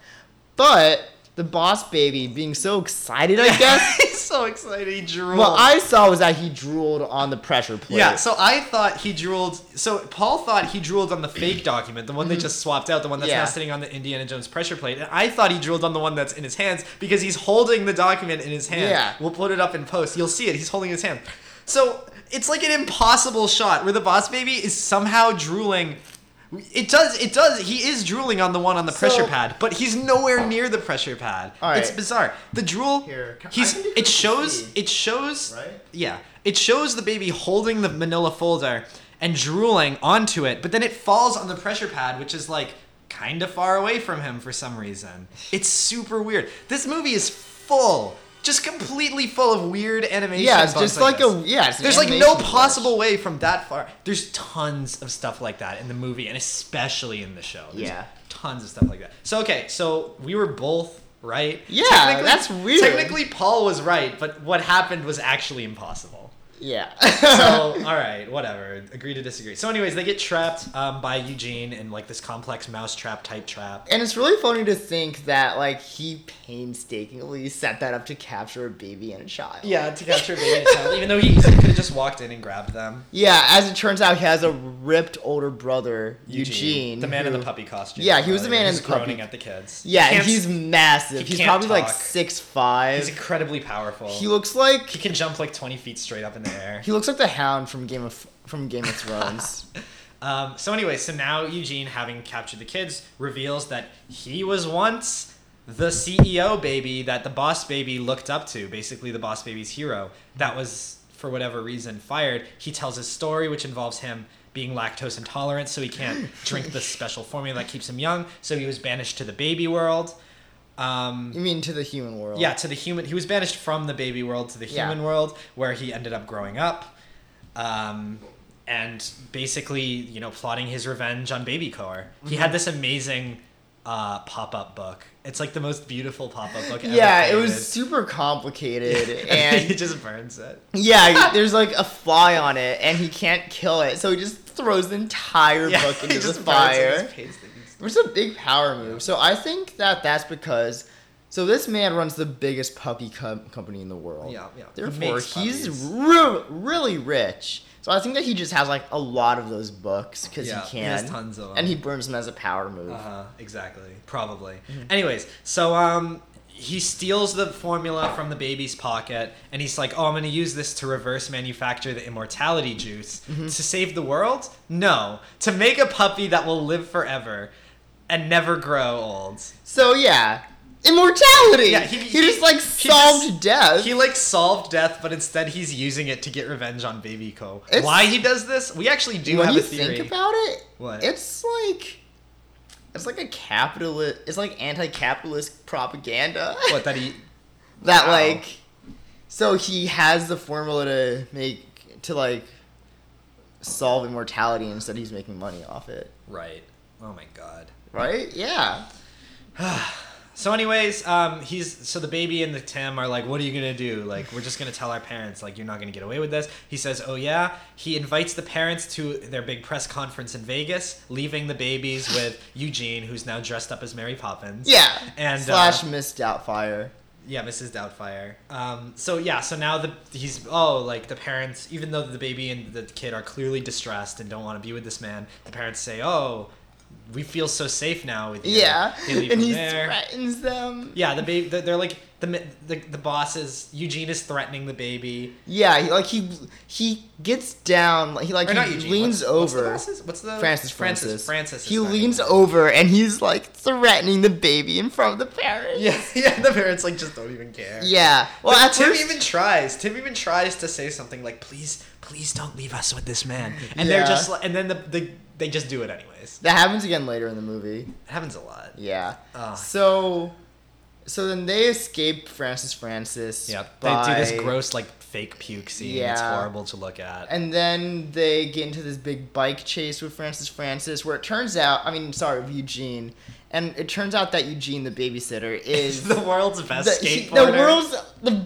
but the boss baby being so excited, I guess.
He's so excited. He drooled.
What I saw was that he drooled on the pressure plate.
Yeah, so I thought he drooled. So Paul thought he drooled on the fake document, the one they just swapped out, the one that's
Mm-hmm. Yeah.
now sitting on the Indiana Jones pressure plate. And I thought he drooled on the one that's in his hands because he's holding the document in his hand.
Yeah.
We'll put it up in post. You'll see it. He's holding his hand. So it's like an impossible shot where the boss baby is somehow drooling. It does. It does. He is drooling on the one on the pressure
So-
pad, but he's nowhere near the pressure pad.
All right.
It's bizarre. The drool.
Here, can- I
he's.
can do
It
this to
shows.
see.
It shows.
Right?
Yeah. It shows the baby holding the manila folder and drooling onto it, but then it falls on the pressure pad, which is like kind of far away from him for some reason. It's super weird. This movie is full, just completely full of weird animation.
Yeah, it's
bugs
just like
this.
a yeah. It's an
There's like no
animation glitch.
possible way from that far. There's tons of stuff like that in the movie, and especially in the show. There's
Yeah.
tons of stuff like that. So okay, so we were both right.
Yeah, that's weird.
Technically, Paul was right, but what happened was actually impossible.
Yeah.
so all right whatever agree to disagree so anyways they get trapped um, by eugene in like this complex mousetrap type trap
And it's really funny to think that like he painstakingly set that up to capture a baby and a child.
yeah to capture a baby and a child, even though he easily could have just walked in and grabbed them
Yeah, as it turns out, he has a ripped older brother, Eugene,
the man in
who-
the puppy costume
Yeah, he was the
earlier,
man in
who's
the puppy-
groaning at the kids
Yeah,
Can't-
he's massive.
he
he's
can't
probably like
talk.
six five.
he's incredibly powerful
he looks like
he can jump like 20 feet straight up in the air
he looks like the Hound from Game of from Game of Thrones.
Um, so anyway, so now Eugene, having captured the kids, reveals that he was once the CEO baby that the boss baby looked up to, basically the boss baby's hero. That was for whatever reason fired. He tells his story, which involves him being lactose intolerant, so he can't drink the special formula that keeps him young. So he was banished to the baby world. Um,
you mean to the human world?
yeah, to the human. He was banished from the baby world to the
Yeah.
human world, where he ended up growing up, um, and basically, you know, plotting his revenge on Baby Car. He
Mm-hmm.
had this amazing uh, pop-up book. It's like the most beautiful pop-up book. Ever
Yeah, it
created.
was super complicated,
he
and
just burns it.
yeah, there's like a fly on it, and he can't kill it, so he just throws the entire
Yeah,
book into
he
the
just burns it,
fire.
just pastes it. It's-
Which is a big power move. So I think that that's because. So this man runs the biggest puppy co- company in the world.
Yeah, yeah. He
Therefore,
makes
he's
puppies.
re- really rich. So I think that he just has like a lot of those books because
Yeah, he
he can.
has tons of 'em.
And he burns them as a power move.
Uh-huh, exactly. Probably.
Mm-hmm.
Anyways, so um he steals the formula from the baby's pocket and he's like, "Oh, I'm going to use this to reverse manufacture the immortality juice
Mm-hmm.
to save the world?" No, to make a puppy that will live forever and never grow old.
So yeah, immortality.
Yeah,
he,
he-
just like
he
solved
just-
death.
He like solved death, but instead he's using it to get revenge on Baby Co.
It's-
Why he does this? We actually do
when
have
you
a theory.
think about it,
What?
it's like. It's like a capitalist. It's like anti-capitalist propaganda.
what that he
that
Wow.
like so he has the formula to make to like solve immortality and instead he's making money off it
right. Oh my god.
right yeah
So, anyways, um, he's so the baby and the Tim are like, "What are you gonna do? Like, we're just gonna tell our parents, like, you're not gonna get away with this." He says, "Oh yeah." He invites the parents to their big press conference in Vegas, leaving the babies with Eugene, who's now dressed up as Mary Poppins.
yeah
And,
slash
uh,
missed outfire
Yeah, Mrs. Doubtfire. Um, so yeah, so now the he's oh like the parents, even though the baby and the kid are clearly distressed and don't want to be with this man, the parents say, "Oh, we feel so safe now with you."
yeah,
They leave
and
him
he
there.
threatens them yeah,
Yeah, the baby. They're like the mi- the the boss is Eugene is threatening the baby.
he, like he he gets down like he like
Or not
he
Eugene.
leans
what's, What's the,
over
boss's- what's the
Francis
Oh, Francis
Francis
Francis? is
he
threatening
leans
him.
over and he's like threatening the baby in front of the parents
Yeah, yeah. The parents like just don't even care.
yeah well
But
at
Tim
first,
even tries. Tim even tries to say something like, "Please, please don't leave us with this man." And
Yeah.
they're just like, and then the, the they just do it anyways.
that happens again later in the movie
It happens a lot.
Yeah.
Ugh.
So, so then they escape Francis Francis.
Yep. They do this
by-
gross like fake puke scene. It's
Yeah.
horrible to look at.
And then they get into this big bike chase with Francis Francis, where it turns out, I mean, sorry, with Eugene, and it turns out that Eugene, the babysitter, is
the world's best
the, he- the
skateboarder.
world's the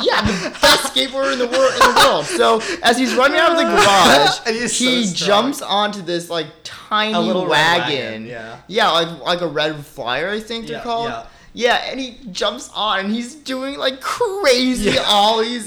yeah the best skateboarder in the world in the world. So as he's running out of the garage,
And he's so
he
strong.
jumps onto this like tiny
A little red
wagon.
wagon, yeah.
yeah, like like a red flyer, I think they're
Yeah,
called.
yeah.
Yeah, and he jumps on and he's doing like crazy
Yeah.
ollies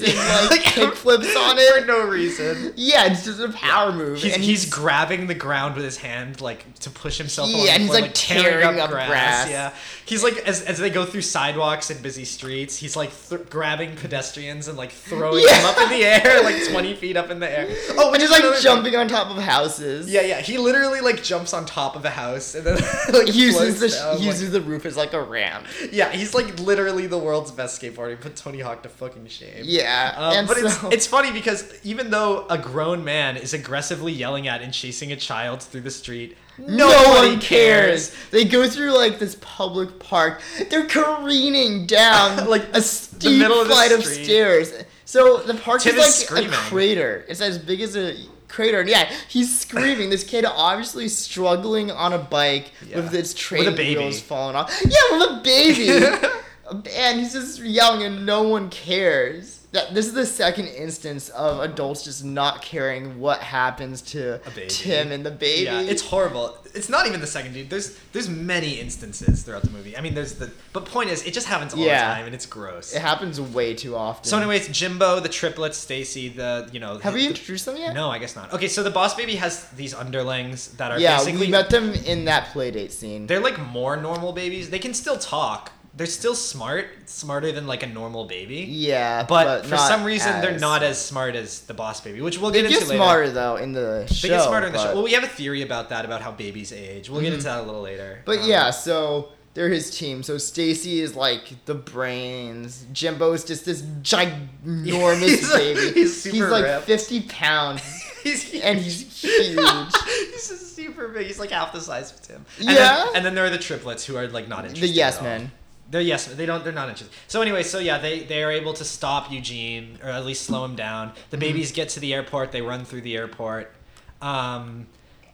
and like kickflips on it.
for no reason.
Yeah, it's just a power move.
He's,
and
he's grabbing the ground with his hand, like to push himself. along
Yeah,
the
and he's,
floor,
like, tearing up grass.
Yeah, he's like as, as they go through sidewalks and busy streets, he's like th- grabbing pedestrians and like throwing
Yeah.
them up in the air, like twenty feet up in the air.
oh, and he's
another
like
thing.
jumping on top of houses.
Yeah, yeah. He literally like jumps on top of a house and then like
He
floats
uses the
down,
he
like-
uses the roof as like a ramp.
yeah, he's like literally the world's best skateboarder. He put Tony Hawk to fucking shame.
Yeah,
Um,
and
but
so-
it's, it's funny because even though a grown man is aggressively yelling at and chasing a child through the street,
No one cares. They go through like this public park. They're careening down
Like,
like a
the
steep
middle of the
flight of
street.
stairs. So the park
Tim
is like
is screaming.
a crater. It's as big as a crater. And yeah, he's screaming. this kid obviously struggling on a bike
Yeah.
with its
With
train
a baby.
wheels falling off. Yeah, with a baby. and he's just yelling, and no one cares. that this is the second instance of adults just not caring what happens to
A baby.
Tim and the baby.
Yeah, it's horrible. It's not even the second dude. There's there's many instances throughout the movie. I mean, there's the but point is, it just happens all
Yeah.
the time, and it's gross.
it happens way too often.
so, anyways, Jimbo, the triplets, Stacy, the you know.
have
the-
we
the-
introduced them yet?
No, I guess not. Okay, so the boss baby has these underlings that are
Yeah,
basically
we met them in that playdate scene.
they're like more normal babies. They can still talk. They're still smart, smarter than like a normal baby.
yeah,
But, for
not
some reason, they're
as-
not as smart as the boss baby, which we'll
They
get
get
into later.
smarter though in the
They
show.
get smarter in the show.
but- Mm-hmm.
Well, we have a theory about that, about how babies age. We'll get into that a little later.
But
Um,
yeah, so they're his team. So Stacy is like the brains. Jimbo's just this ginormous
He's-
baby.
he's super
like
ripped.
fifty pounds,
he's huge.
and he's huge.
he's just super big. He's like half the size of Tim. And
Yeah.
Then, and then there are the triplets who are like not interested.
the yes
at all.
men.
They're yes, they don't. They're not interested. So anyway, so yeah, they they are able to stop Eugene or at least slow him down. The
Mm-hmm.
babies get to the airport. They run through the airport. Um,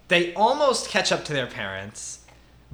they almost catch up to their parents,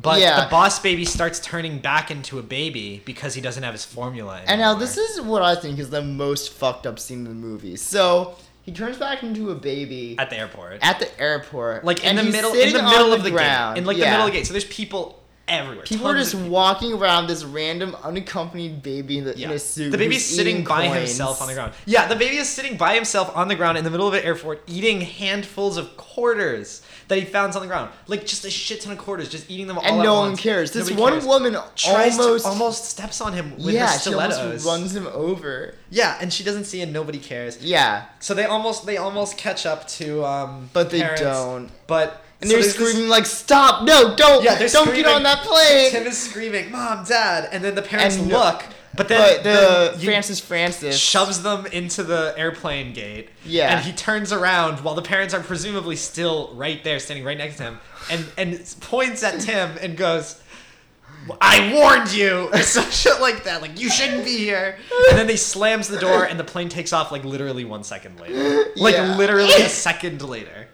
but
Yeah.
the boss baby starts turning back into a baby because he doesn't have his formula. Anymore.
And now this is what I think is the most fucked up scene in the movie. So he turns back into a baby at,
at the airport,
the airport,
like in
and
the
he's
middle, in
sitting
the
on
middle of the
ground.
gate, in like the
Yeah.
middle of the gate. So there's people everywhere.
People are
Tons
just
of
walking around this random unaccompanied baby in, the, in
Yeah.
a suit.
The baby's
who's
sitting
eating
by
coins.
himself on the ground. Yeah, the baby is sitting by himself on the ground in the middle of an airport eating handfuls of quarters that he found on the ground. Like just a shit ton of quarters, just eating them all
and
at
no
once.
one cares. This
Nobody
one
cares.
woman
Tries to-
almost,
almost steps on him with
yeah,
her
she almost
stilettos.
runs him over.
Yeah, and she doesn't see and nobody cares.
Yeah,
So they almost they almost catch up to um
But they
parents,
don't.
But
and
so
they're
there's this-
screaming like, "Stop! No, don't!
yeah, they're
don't get on
screaming.
that plane!"
Tim is screaming, "Mom, Dad!" And then the parents
And-
look, but then
but the
you-
Francis Francis
shoves them into the airplane gate.
Yeah.
And he turns around while the parents are presumably still right there, standing right next to him, and and points at Tim and goes, "I warned you," or some shit like that. Like you shouldn't be here. And then he slams the door, and the plane takes off like literally one second later. Like
Yeah.
literally a second later.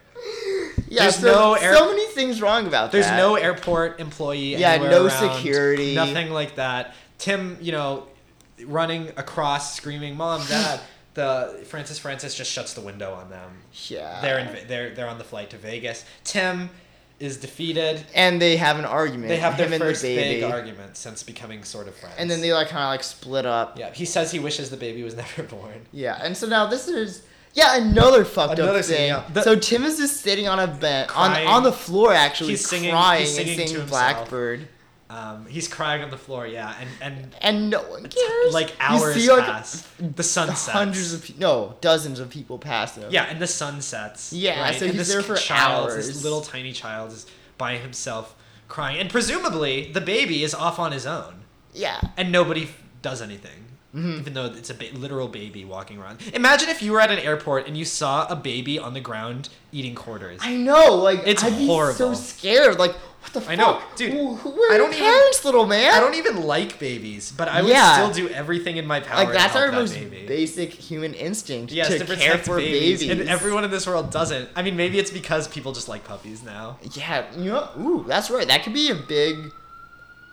Yeah,
there's
so,
no air-
so many things wrong about
There's
that.
no airport employee.
Yeah,
anywhere
no
around,
security.
Nothing like that. Tim, you know, running across, screaming, "Mom, Dad!" the Francis Francis just shuts the window on them.
Yeah,
They're in, they're they're on the flight to Vegas. Tim is defeated.
and they have an argument.
They have
him
their
and
first
the baby,
big argument since becoming sort of friends.
and then they like kind of like split up.
yeah, he says he wishes the baby was never born.
Yeah, and so now this is yeah another fucked
Another
up
scene,
thing.
yeah. The-
so Tim is just sitting on a bench on
Crying.
on the floor actually
He's singing-
crying
he's singing to
and saying
himself.
Blackbird,
Um, he's crying on the floor. Yeah, and and.
and no one cares.
Like
You
hours
see, like,
pass, the sun sets.
hundreds of pe- no dozens of people pass him.
Yeah, and the sun sets.
Yeah,
right?
so
and this
he's there for
child, This
hours.
little tiny child is by himself crying, and presumably the baby is off on his own,
yeah.
and nobody f- does anything,
Mm-hmm.
even though it's a ba- literal baby walking around. Imagine if you were at an airport and you saw a baby on the ground eating quarters.
I know, like
It's
I'd
horrible.
Be so scared, like what the fuck?
I know, dude,
Who, who were
I
your
don't even-
parents, little man?
I don't even like babies, but I would
Yeah.
still do everything in my power.
like that's
to help
our
that
most
baby.
basic human instinct
Yes,
to,
to
care
protect
for
babies.
babies.
and everyone in this world doesn't. I mean, maybe it's because people just like puppies now.
Yeah, you know, ooh, that's right. That could be a big.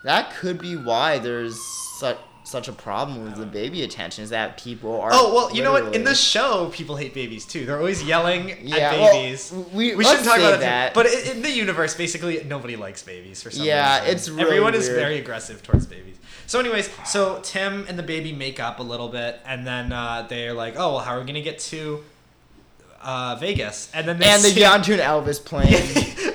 That could be why there's such such a problem with the baby attention is that people are.
Oh well, you know what? In
literally-
this show, people hate babies too. They're always yelling
Yeah,
at
well,
babies.
we-
we
let's
shouldn't talk
say
about that.
that.
But i- in the universe, basically, nobody likes babies for some
Yeah,
reason.
it's really
everyone is
weird.
very aggressive towards babies. So, anyways, so Tim and the baby make up a little bit, and then uh, they're like, "Oh, well, how are we gonna get to uh, Vegas?" And then they
and they
see-
get onto an Elvis plane.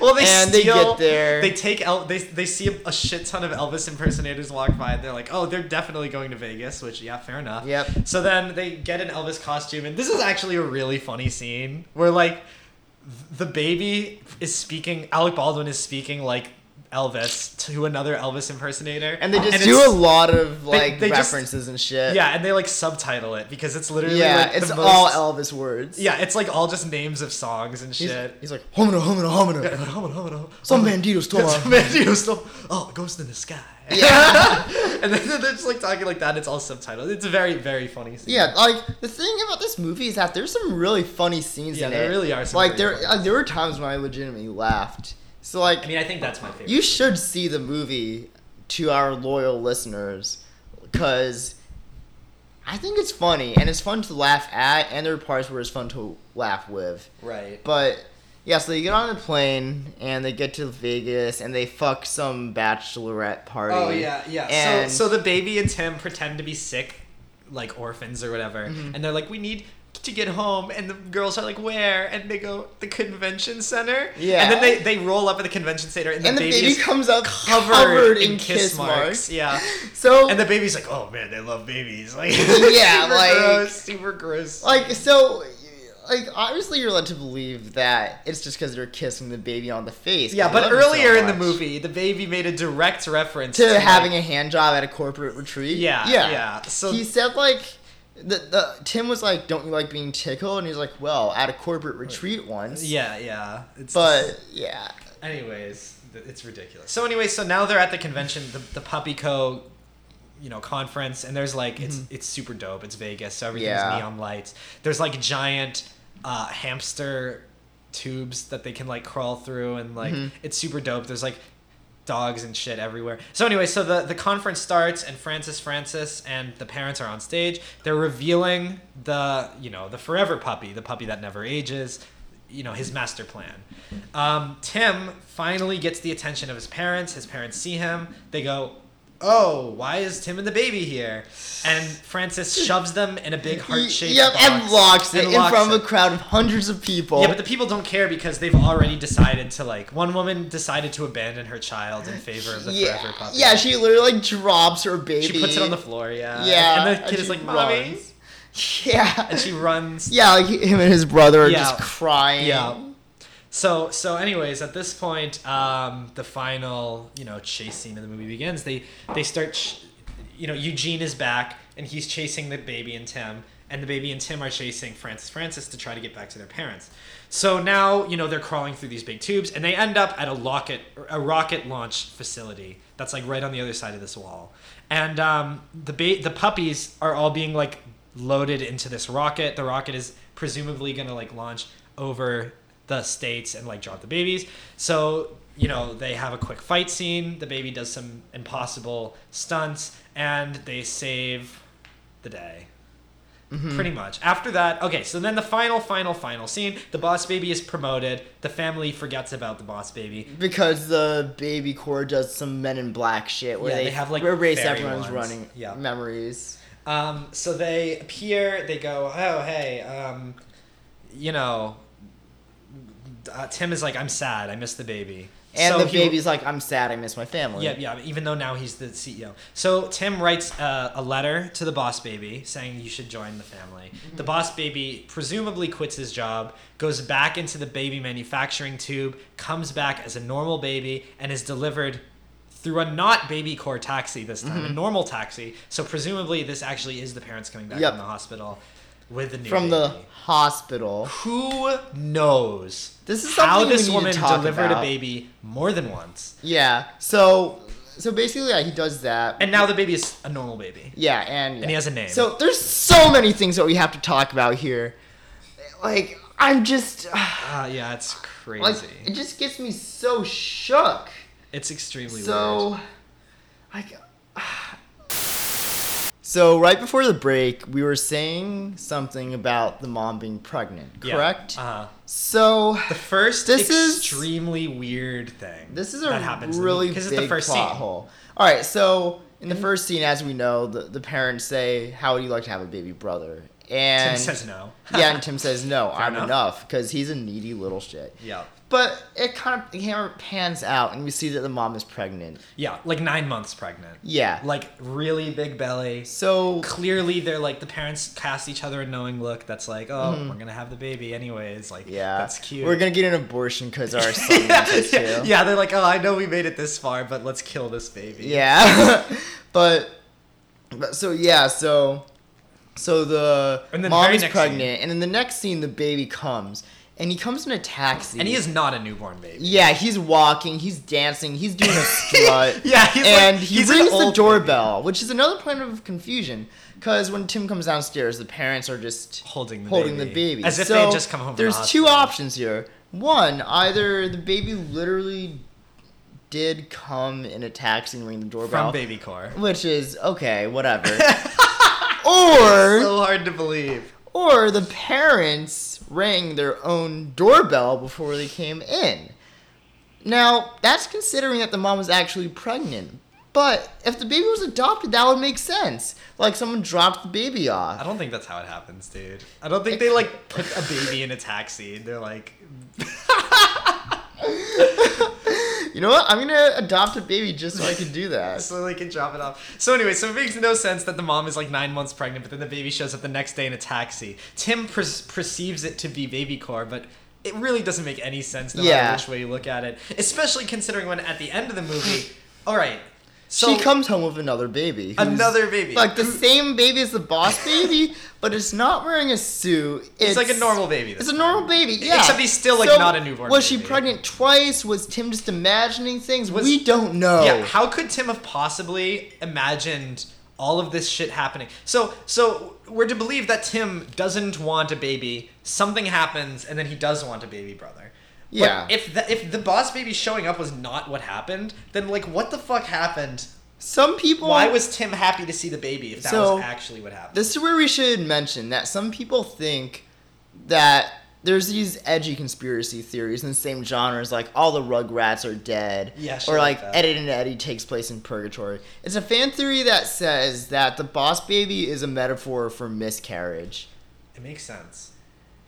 well, they
And they
steal,
get there.
They take El- they they see a, a shit ton of Elvis impersonators walk by, and they're like, "Oh, they're definitely going to Vegas." Which, yeah, fair enough.
Yep.
So then they get an Elvis costume, and this is actually a really funny scene where like the baby is speaking. Alec Baldwin is speaking like Elvis to another Elvis impersonator,
and they just do
it's-
a lot of like
they just-
references and shit.
Yeah, and they like subtitle it because it's literally
yeah,
like, the
it's
most-
all Elvis words.
Yeah, it's like all just names of songs and
he's,
shit.
he's like homina homina homina.
Yeah, like, "Oh, no, no, no."
Some bandito stole
Some bandito stole. Oh, it goes in the sky.
Yeah.
and then they're just like talking like that. and It's all subtitled. It's a very, very funny scene.
Yeah, uh, like the thing about this movie is that there's some really funny scenes
Yeah,
in it.
there really are some
Like
pretty
there,
funny
like, there were times when I legitimately laughed. So like,
I mean, I think that's my favorite.
you should see the movie to our loyal listeners, because I think it's funny, and it's fun to laugh at, and there are parts where it's fun to laugh with.
Right.
But yeah, so they get on a plane and they get to Vegas and they fuck some bachelorette party.
Oh yeah, yeah.
And
so, so the baby and Tim pretend to be sick, like orphans or whatever,
Mm-hmm.
and they're like, "We need to get home." And the girls are like, "Where?" And they go, "The convention center."
Yeah.
And then they, they roll up at the convention center, and the,
and the
baby,
baby,
is
comes up
covered,
covered, in, kiss, marks.
Yeah.
So
And the baby's like, "Oh man, they love babies." Like,
Yeah,
super
like-
gross, super gross.
like so like obviously you're led to believe that it's just because they're kissing the baby on the face.
yeah,
'cause they
but
love him so
earlier in the
much.
movie, the baby made a direct reference
to
like,
having a hand job at a corporate retreat.
Yeah,
yeah.
yeah. So-
he said like the, the Tim was like, "Don't you like being tickled?" And he's like, "Well, at a corporate retreat once."
Yeah, yeah. It's
but yeah,
Anyways, th- it's ridiculous. So anyway, so now they're at the convention, the, the Puppy Co, you know, conference, and there's like it's it's super dope. It's Vegas, so everything's
Mm-hmm. Yeah.
neon lights. There's like giant uh, hamster tubes that they can like crawl through, and like
Mm-hmm.
it's super dope. There's like dogs and shit everywhere. So anyway, so the the conference starts, and Francis Francis and the parents are on stage. They're revealing the you know the forever puppy, the puppy that never ages you know his master plan. Um, Tim finally gets the attention of his parents. His parents see him. They go, "Oh, why is Tim and the baby here?" And Francis shoves them in a big heart shaped
yep,
box
and locks it
and
in
locks
front of
it.
a crowd of hundreds of people.
Yeah, but the people don't care because they've already decided to like. One woman decided to abandon her child in favor of the
yeah,
forever puppy.
yeah, she literally like drops her baby.
she puts it on the floor. Yeah,
Yeah,
and the kid
and
is
she
like, "Mommy,"
runs. Yeah,
and she runs
yeah, like him and his brother are
Yeah.
just crying.
Yeah. So so anyways, at this point, um, the final you know chase scene of the movie begins. They they start, ch- you know, Eugene is back and he's chasing the baby and Tim, and the baby and Tim are chasing Francis Francis to try to get back to their parents. So now you know they're crawling through these big tubes, and they end up at a locket a rocket launch facility that's like right on the other side of this wall, and um, the ba- the puppies are all being like loaded into this rocket. The rocket is presumably gonna like launch over the states and like drop the babies. So you know they have a quick fight scene. The baby does some impossible stunts, and they save the day.
Mm-hmm.
Pretty much. After that, okay, so then the final, final, final scene the boss baby is promoted. The family forgets about the boss baby.
because the baby core does some Men in Black shit where
Yeah,
they,
they have, like,
erase
fairy
everyone's
wands.
running
Yeah.
memories.
Um, so they appear, they go, oh, hey, um, you know, uh, Tim is like, I'm sad, I miss the baby.
And
So
the
he-
baby's like, I'm sad, I miss my family.
Yeah, yeah. Even though now he's the CEO. So Tim writes uh, a letter to the boss baby saying you should join the family.
Mm-hmm.
The boss baby presumably quits his job, goes back into the baby manufacturing tube, comes back as a normal baby, and is delivered through a not baby core taxi this time,
Mm-hmm.
a normal taxi. So presumably this actually is the parents coming back
Yep.
from the hospital with the new
From the
baby.
hospital.
Who knows?
This is
how
something we
this
need to
woman
talk
delivered a
about.
baby more than once.
Yeah. So so basically yeah, he does that.
And now the baby is a normal baby.
yeah, and yeah.
he has a name.
So there's so many things that we have to talk about here. Like I'm just
Uh, yeah, it's crazy.
like it just gets me so shook.
it's extremely
So, like, so right before the break, we were saying something about the mom being pregnant,
weird. Yeah.
correct?
Uh,
So,
the first
This is-
extremely weird thing.
this is
that
a
happens in the
really
movie,
big
'cause it's the first
plot
scene. Mm-hmm.
hole. All right, so in the first scene, as we know, the, the parents say, "How would you like to have a baby brother?"
Tim
And
says no.
yeah, and Tim says, "No, I'm
enough.
enough," because he's a needy little shit.
yeah,
But it kind of it kind of pans out, and we see that the mom is pregnant.
yeah, like nine months pregnant.
Yeah.
like really big belly.
So
Clearly, they're like the parents cast each other a knowing look. That's like, oh, we're gonna have the baby anyways. Like,
Mm-hmm. Yeah,
that's cute.
We're gonna get an abortion because our son
yeah,
wants us to.
yeah, yeah, they're like, oh, I know we made it this far, but let's kill this baby.
Yeah. but, but so yeah, so so the
And then
mom
very
is
next
pregnant, and in the next scene, the baby comes, and he comes in a taxi,
and he is not a newborn baby.
Yeah, he's walking, he's dancing, he's doing a strut.
Yeah, he's like-
and he
he's an
rings the
old
doorbell, which is another point of confusion. Because when Tim comes downstairs, the parents are just
Holding the
holding
baby.
the baby.
As if
So
they had just come home from the
There's two
hospital.
options here. One, either the baby literally did come in a taxi and ring the
From
doorbell,
baby core.
which is okay, whatever. Or
so hard to believe.
or the parents rang their own doorbell before they came in. Now, that's considering that the mom was actually pregnant. But if the baby was adopted, that would make sense. Like someone dropped the baby off.
I don't think that's how it happens, dude. I don't think they like put a baby in a taxi. They're like,
You know what? I'm gonna adopt a baby just so I can do that.
so they can drop it off. So anyway, so it makes no sense that the mom is like nine months pregnant, but then the baby shows up the next day in a taxi. Tim per- perceives it to be baby core, but it really doesn't make any sense no
Yeah.
matter which way you look at it. Especially considering when at the end of the movie, all right, so
she comes home with another baby. who's-
another baby,
Like the same baby as the boss baby, but it's not wearing a suit. It's,
It's like a normal baby.
It's
This
a
time.
normal baby, yeah.
Except he's still, like, not a newborn
Was she
baby.
pregnant twice? Was Tim just imagining things?
Was-
we don't know.
Yeah, how could Tim have possibly imagined all of this shit happening? So, so we're to believe that Tim doesn't want a baby. Something happens, and then he does want a baby brother. But
Yeah.
if the, if the boss baby showing up was not what happened, then like what the fuck happened?
Some people.
Why was Tim happy to see the baby if that
So,
was actually what happened?
This is where we should mention that some people think that there's these edgy conspiracy theories in the same genres, like all the Rugrats are dead,
Yeah, shit
or
like
like
that.
Ed and Eddie takes place in purgatory. It's a fan theory that says that the Boss Baby is a metaphor for miscarriage.
it makes sense.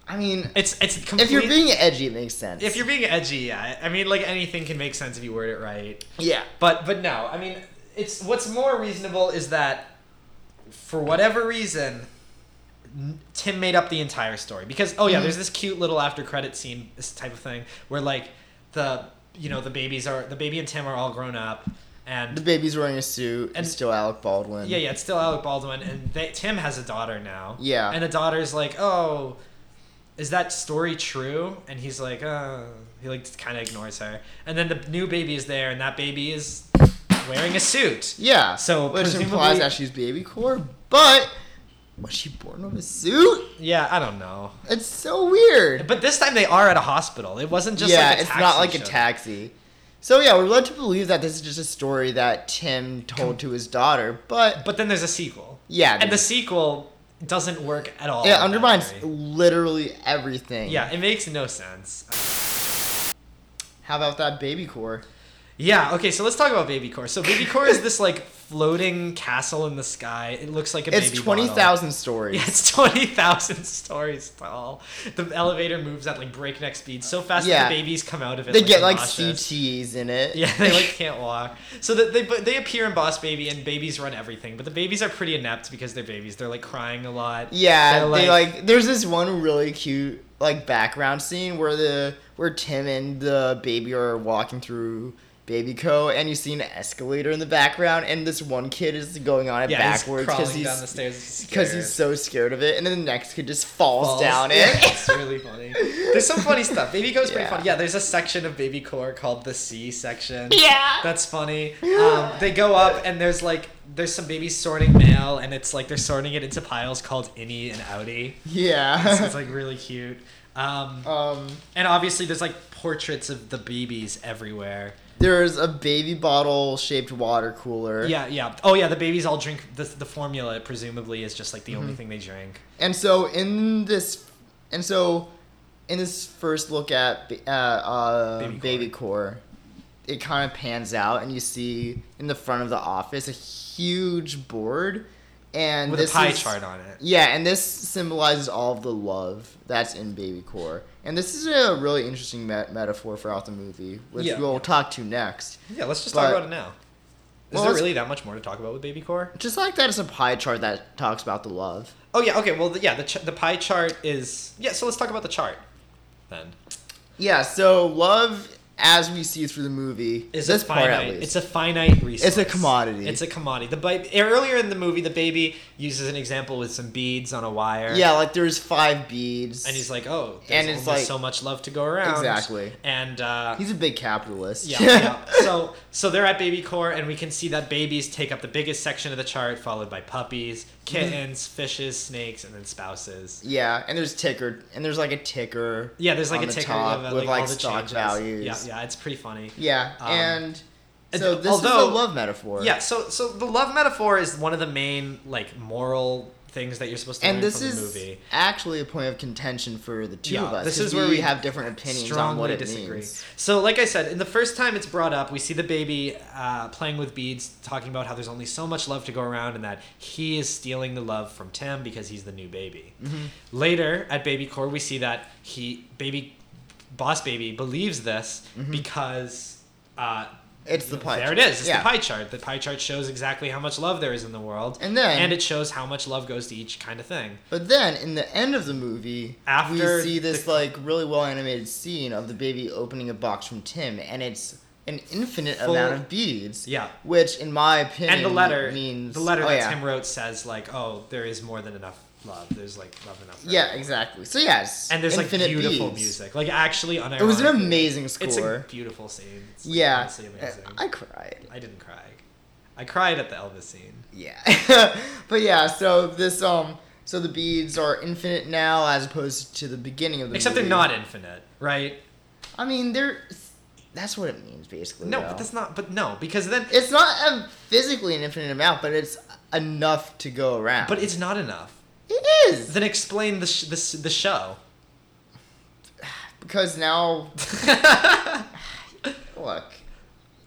I mean,
It's it's complete,
if you're being edgy, it makes sense.
if you're being edgy, yeah. I mean, like anything can make sense if you word it right.
yeah,
But but no, I mean, it's what's more reasonable is that for whatever reason, n- Tim made up the entire story because oh yeah,
Mm-hmm.
there's this cute little after credit scene, this type of thing where like the you know the babies are the baby and Tim are all grown up
the
and
baby's wearing a suit, and
And-
still Alec Baldwin.
yeah yeah it's still Alec Baldwin and they, Tim has a daughter now
Yeah.
and the daughter's like oh is that story true? And he's like, uh, he like kind of ignores her. And then the new baby is there, and that baby is wearing a suit.
yeah.
So
which
presumably-
implies that she's baby core, but was she born with a suit?
Yeah, I don't know.
It's so weird.
But this time they are at a hospital. It wasn't just
yeah,
like a
it's
taxi
not like a
show.
taxi. So yeah, we're led to believe that this is just a story that Tim told to his daughter, but,
But then there's a sequel.
yeah,
And the sequel doesn't work at all. in
it
that
undermines
theory.
literally everything.
Yeah, it makes no sense.
How about that baby core?
Yeah, okay, so let's talk about Baby Core. So Baby Core is this like floating castle in the sky. It looks like a
It's
baby
twenty
bottle.
thousand stories.
Yeah, it's 20,000 stories tall. The elevator moves at like breakneck speed so fast
Yeah.
that the babies come out of it.
They get like
nauseous.
CTs in it.
Yeah, they like can't walk. So that they but they appear in Boss Baby and babies run everything, but the babies are pretty inept because they're babies. They're like crying a lot.
Yeah,
They're,
they like there's this one really cute like background scene where the where Tim and the baby are walking through Baby Co. and you see an escalator in the background and this one kid is going on it
yeah, he's
backwards
crawling
because
down the
he's
stairs
because he's so scared of it and then the next kid just falls,
falls
down
Yeah,
it.
it's really funny. There's some funny stuff. Baby Co's pretty
Yeah.
funny. Yeah, there's a section of Baby Core called the C section.
Yeah.
That's funny. Um, they go up and there's like there's some babies sorting mail and it's like they're sorting it into piles called innie and outie. So
yeah.
it's like really cute. Um,
um
and obviously there's like portraits of the babies everywhere.
there's a baby bottle shaped water cooler.
Yeah, yeah. Oh, yeah. The babies all drink the, the formula. Presumably, is just like the only thing they drink.
And so in this, and so in this first look at uh, uh,
Baby
baby,
Core.
core, it kind of pans out, and you see in the front of the office a huge board, and
With
this
a pie
is-
chart on it.
Yeah, and this symbolizes all of the love that's in baby core, and this is a really interesting met- metaphor throughout the movie, which
Yeah.
we'll talk to next.
Yeah, let's just
But-
talk about it now. Is
Well,
there
let's-
really that much more to talk about with Baby Core?
Just like that, it's a pie chart that talks about the love.
Oh yeah, okay. Well, the, yeah, the ch- the pie chart is yeah. So let's talk about the chart then.
Yeah, so love as we see through the movie
Is
this
a
part
finite.
at least.
It's a finite resource.
It's a commodity.
It's a commodity. The bi- earlier in the movie, the baby uses an example with some beads on a wire.
yeah, like there's five beads.
And he's like, oh, there's
And it's
only
like-
so much love to go around.
Exactly.
And uh,
he's a big capitalist.
Yeah, yeah. So so they're at baby core, and we can see that babies take up the biggest section of the chart, followed by puppies,
Mm-hmm.
kittens, fishes, snakes, and then spouses.
Yeah, and there's ticker, and there's like a ticker.
Yeah, there's like
on
a
the
ticker
top
of, uh,
with like
all the
stock
changes.
values.
Yeah, yeah, it's pretty funny.
Yeah,
Um,
and
and
so this is a
although-
love metaphor.
Yeah, so so the love metaphor is one of the main like moral things that you're supposed to
And
learn
this
from
is
the movie.
actually a point of contention for the two
Yeah,
of us.
this
'cause
is where we
have different opinions on what it means.
So, like I said, in the first time it's brought up, we see the baby uh, playing with beads, talking about how there's only so much love to go around, and that he is stealing the love from Tim because he's the new baby.
Mm-hmm.
Later at Baby Core, we see that he baby boss baby believes this because. Uh,
Mm-hmm. It's the pie
There
chart.
it is. It's the
Yeah.
pie chart. The pie chart shows exactly how much love there is in the world,
And then-
and it shows how much love goes to each kind of thing.
But then in the end of the movie,
After
we see this
the-
like really well animated scene of the baby opening a box from Tim, and it's an infinite
Full-
amount of beads.
Yeah.
Which, in my opinion,
and the letter
means
the letter
oh,
that
yeah.
Tim wrote says like, oh, there is more than enough love. There's like love enough. for
Yeah,
everyone."
exactly. So yes,
And there's like
infinite
beautiful
beads.
music, like actually unironic.
It was an amazing
It's
score.
a beautiful scene. It's like,
yeah, Uh,
honestly amazing.
I
I,
cried.
didn't cry. I cried at the Elvis scene.
Yeah, but yeah. So this um, so the beads are infinite now, as opposed to the beginning of the.
Except
movie.
they're not infinite, right?
I mean, they're. That's what it means, basically.
No,
though.
but that's not. But no, because then.
It's not a physically an infinite amount, but it's enough to go around.
But it's not enough.
it is
Then explain the sh- the, s- the show.
because now, look,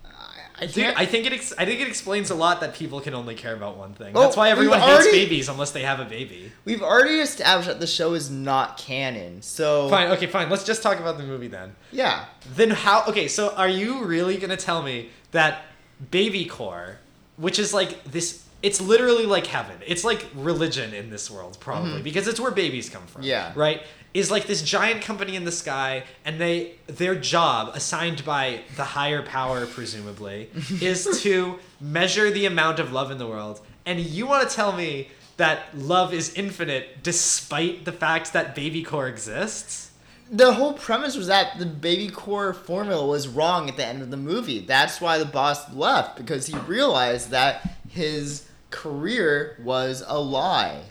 I, I
Dude,
can't.
I think it. Ex- I think it explains a lot that people can only care about one thing.
Oh,
That's why
we've
everyone hates
already-
babies unless they have a baby.
We've already established that the show is not canon, so
Fine. Okay. Fine. Let's just talk about the movie then.
yeah,
Then how? Okay, so are you really gonna tell me that Baby Core, which is like this? It's literally like heaven. It's like religion in this world, probably because it's where babies come from.
Yeah.
Right. Is like this giant company in the sky, and they their job assigned by the higher power, presumably, is to measure the amount of love in the world. And you want to tell me that love is infinite, despite the fact that Baby Core exists?
the whole premise was that the baby core formula was wrong at the end of the movie. That's why the boss left because he realized that his career was a lie.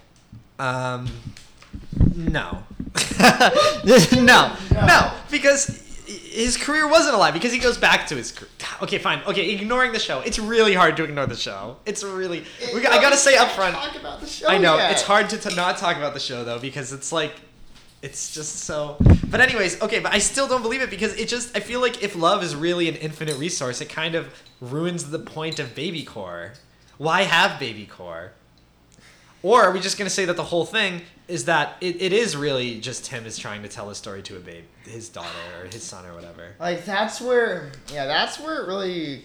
Um, no.
no,
No, because his career wasn't alive because he goes back to his career. Okay, fine. Okay, ignoring the show. It's really hard to ignore the show. It's really. we, got- I gotta say up front.
Talk about the show
I know
yet.
it's hard to, to not talk about the show though because it's like, it's just so. But anyways, okay. But I still don't believe it because it just. I feel like if love is really an infinite resource, it kind of ruins the point of Baby Core. Why have Baby Core? Or are we just going to say that the whole thing is that it, it is really just him is trying to tell a story to a babe, his daughter or his son or whatever?
Like that's where, yeah, that's where it really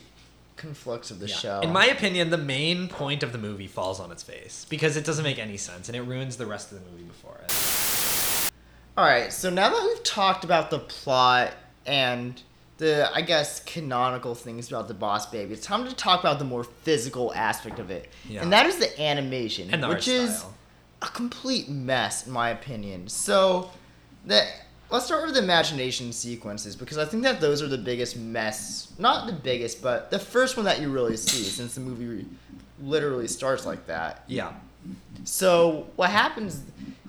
conflicts of the
Yeah.
show.
In my opinion, the main point of the movie falls on its face because it doesn't make any sense and it ruins the rest of the movie before it.
All right, so now that we've talked about the plot and the, I guess, canonical things about the Boss Baby, it's time to talk about the more physical aspect of it,
Yeah.
and that is the animation,
And the
which
art
is
style.
a complete mess, in my opinion. So, the let's start with the imagination sequences because I think that those are the biggest mess. Not the biggest, but the first one that you really see, since the movie re- literally starts like that.
Yeah.
So what happens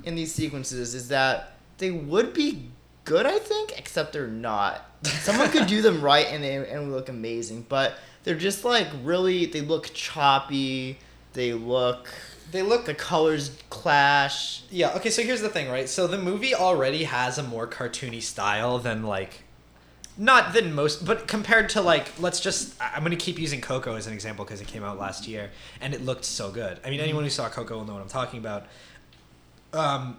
in these sequences is that they would be good, I think, except they're not. Someone could do them right and they and would look amazing, but they're just like really they look choppy. They look
They look
the colors clash.
Yeah, okay, so here's the thing, right? So the movie already has a more cartoony style than like not than most, but compared to like let's just I- I'm going to keep using Coco as an example because it came out last year and it looked so good. I mean, anyone who saw Coco will know what I'm talking about. Um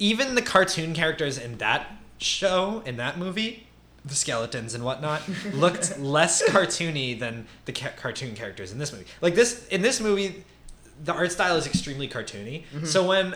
even the cartoon characters in that show in that movie the skeletons and whatnot looked less cartoony than the ca- cartoon characters in this movie like this in this movie the art style is extremely cartoony so when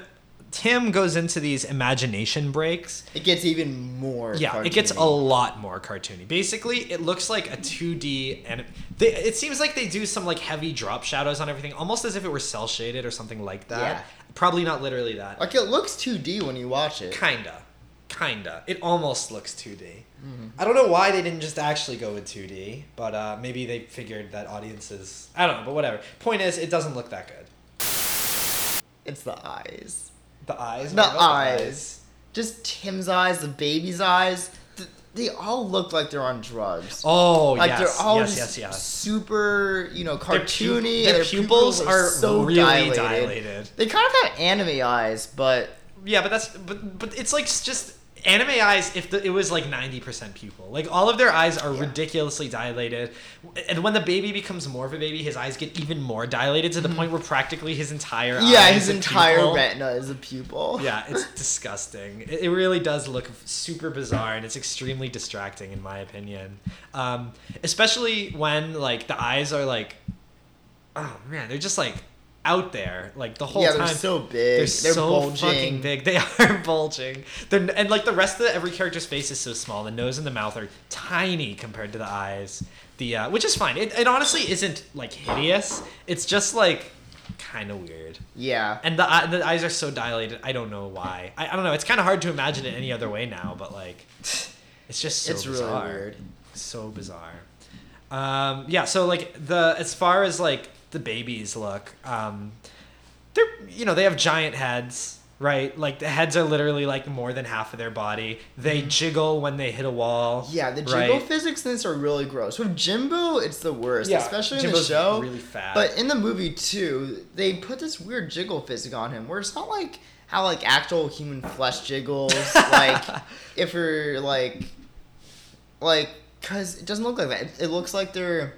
tim goes into these imagination breaks
It gets even more.
yeah it gets a
cartoony.
lot more cartoony basically it looks like a 2d and they, it seems like they do some like heavy drop shadows on everything almost as if it were cell shaded or something like that
Yeah.
probably not literally that
like it looks 2D when you watch it.
Kinda. Kinda. It almost looks 2D.
Mm-hmm.
I don't know why they didn't just actually go with 2D, but uh, maybe they figured that audiences. I don't know, but whatever. Point is, it doesn't look that good.
It's the eyes.
The eyes.
The
what about
eyes. Just Tim's eyes, the baby's eyes. Th- they all look like they're on drugs.
Oh,
like
yes,
they're all
yes, yes,
just
yes.
super, you know,
Their pu-
cartoony.
their
and
pupils are
so
really
dilated.
dilated.
They kind of have anime eyes, but
Yeah, but that's but but it's like s- just anime eyes. If the, it was like ninety percent pupil, like all of their eyes are ridiculously dilated, and when the baby becomes more of a baby, his eyes get even more dilated to the point where practically his entire
Mm-hmm. yeah,
eye
his
is a
entire
pupil.
retina is a pupil.
Yeah, it's disgusting. It, it really does look super bizarre, and it's extremely distracting, in my opinion. Um, especially when like the eyes are like, oh man, they're just like out there, like the whole
yeah,
time.
they're so big.
They're,
They're,
so
bulging.
fucking big. They are bulging. They're, and like the rest of the, every character's face is so small. The nose and the mouth are tiny compared to the eyes. The uh, which is fine. It, it honestly isn't like hideous. It's just like kind of weird.
Yeah,
And the eye- the eyes are so dilated. I don't know why. I, I don't know. It's kind of hard to imagine it any other way now. But like, it's just so
it's really
bizarre
weird.
so bizarre. Um, yeah, so like the as far as like the babies look, um, they're you know they have giant heads, right? Like the heads are literally like more than half of their body. They jiggle when they hit a wall.
Mm-hmm. Yeah, the Jimbo
right?
physics in this are really gross. With Jimbo, it's the worst,
Yeah,
especially
Jimbo's
in the show.
really fat.
But in the movie too, they put this weird jiggle physic on him, where it's not like how like actual human flesh jiggles, like if you're like, like, cause it doesn't look like that. It, it looks like they're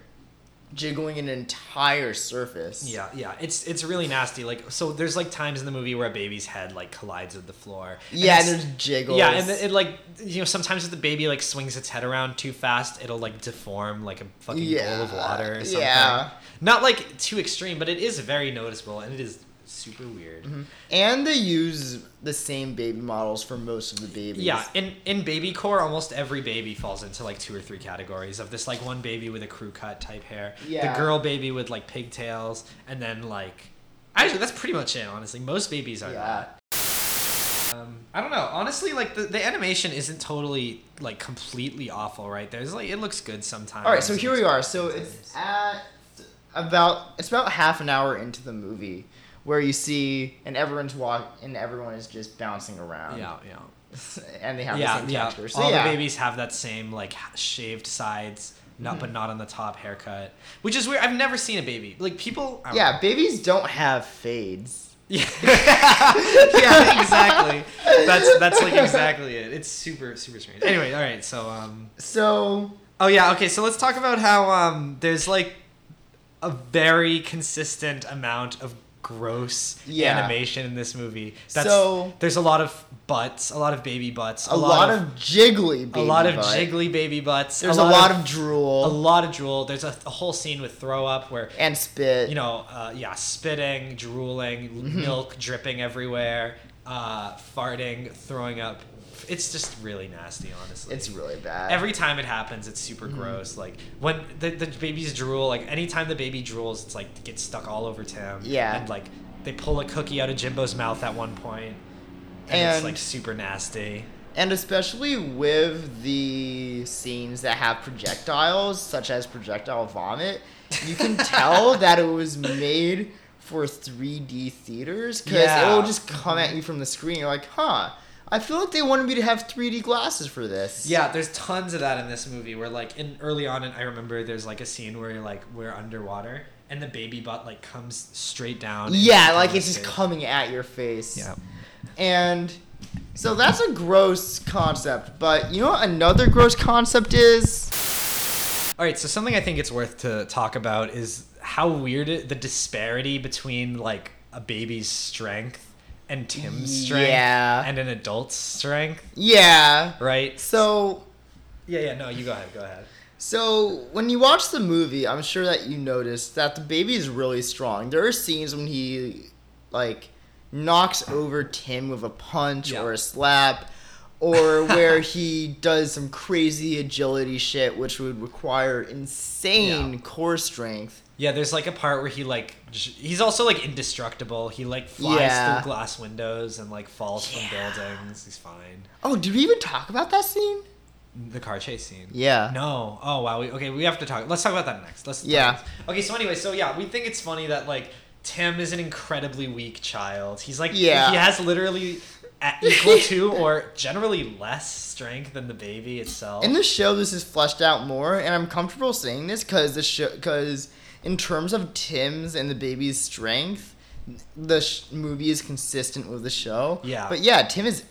jiggling an entire surface.
Yeah, yeah, it's it's really nasty. Like so, there's like times in the movie where a baby's head like collides with the floor. And
Yeah,
it's-
there's jiggles.
Yeah, and it like you know sometimes if the baby like swings its head around too fast, it'll like deform like a fucking bowl of
Yeah,
water or something.
yeah.
Not like too extreme, but it is very noticeable and it is super weird.
Mm-hmm. and they use the same baby models for most of the babies.
Yeah, in in baby core, almost every baby falls into like two or three categories of this like one baby with a crew cut type hair,
Yeah.
the girl baby with like pigtails, and then like actually that's pretty much it. Honestly, most babies are
Yeah.
that. Um, I don't know. Honestly, like the, the animation isn't totally like completely awful, right? There's like it looks good sometimes.
All right, so here we are. So it's at about it's about half an hour into the movie where you see and everyone's walk and everyone is just bouncing around.
Yeah, yeah,
And they have the
yeah,
um, same
yeah.
texture. So
All
yeah.
the babies have that same like h- shaved sides,
Mm-hmm.
not but not on the top haircut, which is weird. I've never seen a baby like people. I don't know.
Yeah, babies don't have fades.
Yeah. yeah, exactly. That's that's like exactly it. It's super super strange. Anyway, all right. So um
So
oh yeah, okay. So let's talk about how um there's like a very consistent amount of gross
Yeah.
animation in this movie. That's
So-
there's a lot of butts, a lot of baby butts,
a, lot, of, jiggly baby
a lot of
butt.
jiggly baby butts.
There's a lot, of,
a
drool
lot of drool. There's a, a whole scene with throw up where
and spit.
you know, uh, yeah, spitting, drooling,
Mm-hmm.
milk dripping everywhere, uh, farting, throwing up. It's just really nasty, honestly.
it's really bad.
Every time it happens, it's super gross. Like when the, the babies drool, like anytime the baby drools, it's like gets stuck all over Tim.
Yeah.
And like they pull a cookie out of Jimbo's mouth at one point, and, it's
And-
like super nasty.
And especially with the scenes that have projectiles, such as projectile vomit, you can tell that it was made for 3D theaters because
Yeah.
it will just come at you from the screen. You're like, huh, I feel like they wanted me to have 3D glasses for this.
Yeah, there's tons of that in this movie. Where like in early on, and I remember there's like a scene where you're like we're underwater and the baby butt like comes straight down. and
Yeah,
on
like
your
it's just
face.
coming at your face.
Yeah.
And so that's a gross concept, but you know what another gross concept is?
All right, so something I think it's worth to talk about is how weird it, the disparity between like a baby's strength and Tim's strength
Yeah.
and an adult's strength,
Yeah.
right?
So
Yeah, yeah. No, you go ahead. Go ahead.
So when you watch the movie, I'm sure that you noticed that the baby is really strong. There are scenes when he like knocks over Tim with a punch
Yeah.
or a slap or where he does some crazy agility shit which would require insane
Yeah.
core strength.
Yeah, there's like a part where he like j- he's also like indestructible. He like flies
Yeah.
through glass windows and like falls from buildings. He's fine.
Oh, did we even talk about that scene?
The car chase scene.
Yeah.
No. Oh wow. We, okay, we have to talk. Let's talk about that next. Let's. talk
Yeah.
next. Okay. So anyway, so yeah, we think it's funny that like Tim is an incredibly weak child. He's like
Yeah.
He has literally at equal to or generally less strength than the baby itself.
In the show, this is fleshed out more, and I'm comfortable saying this because the show, because in terms of Tim's and the baby's strength, the sh- movie is consistent with the show.
Yeah.
But yeah, Tim is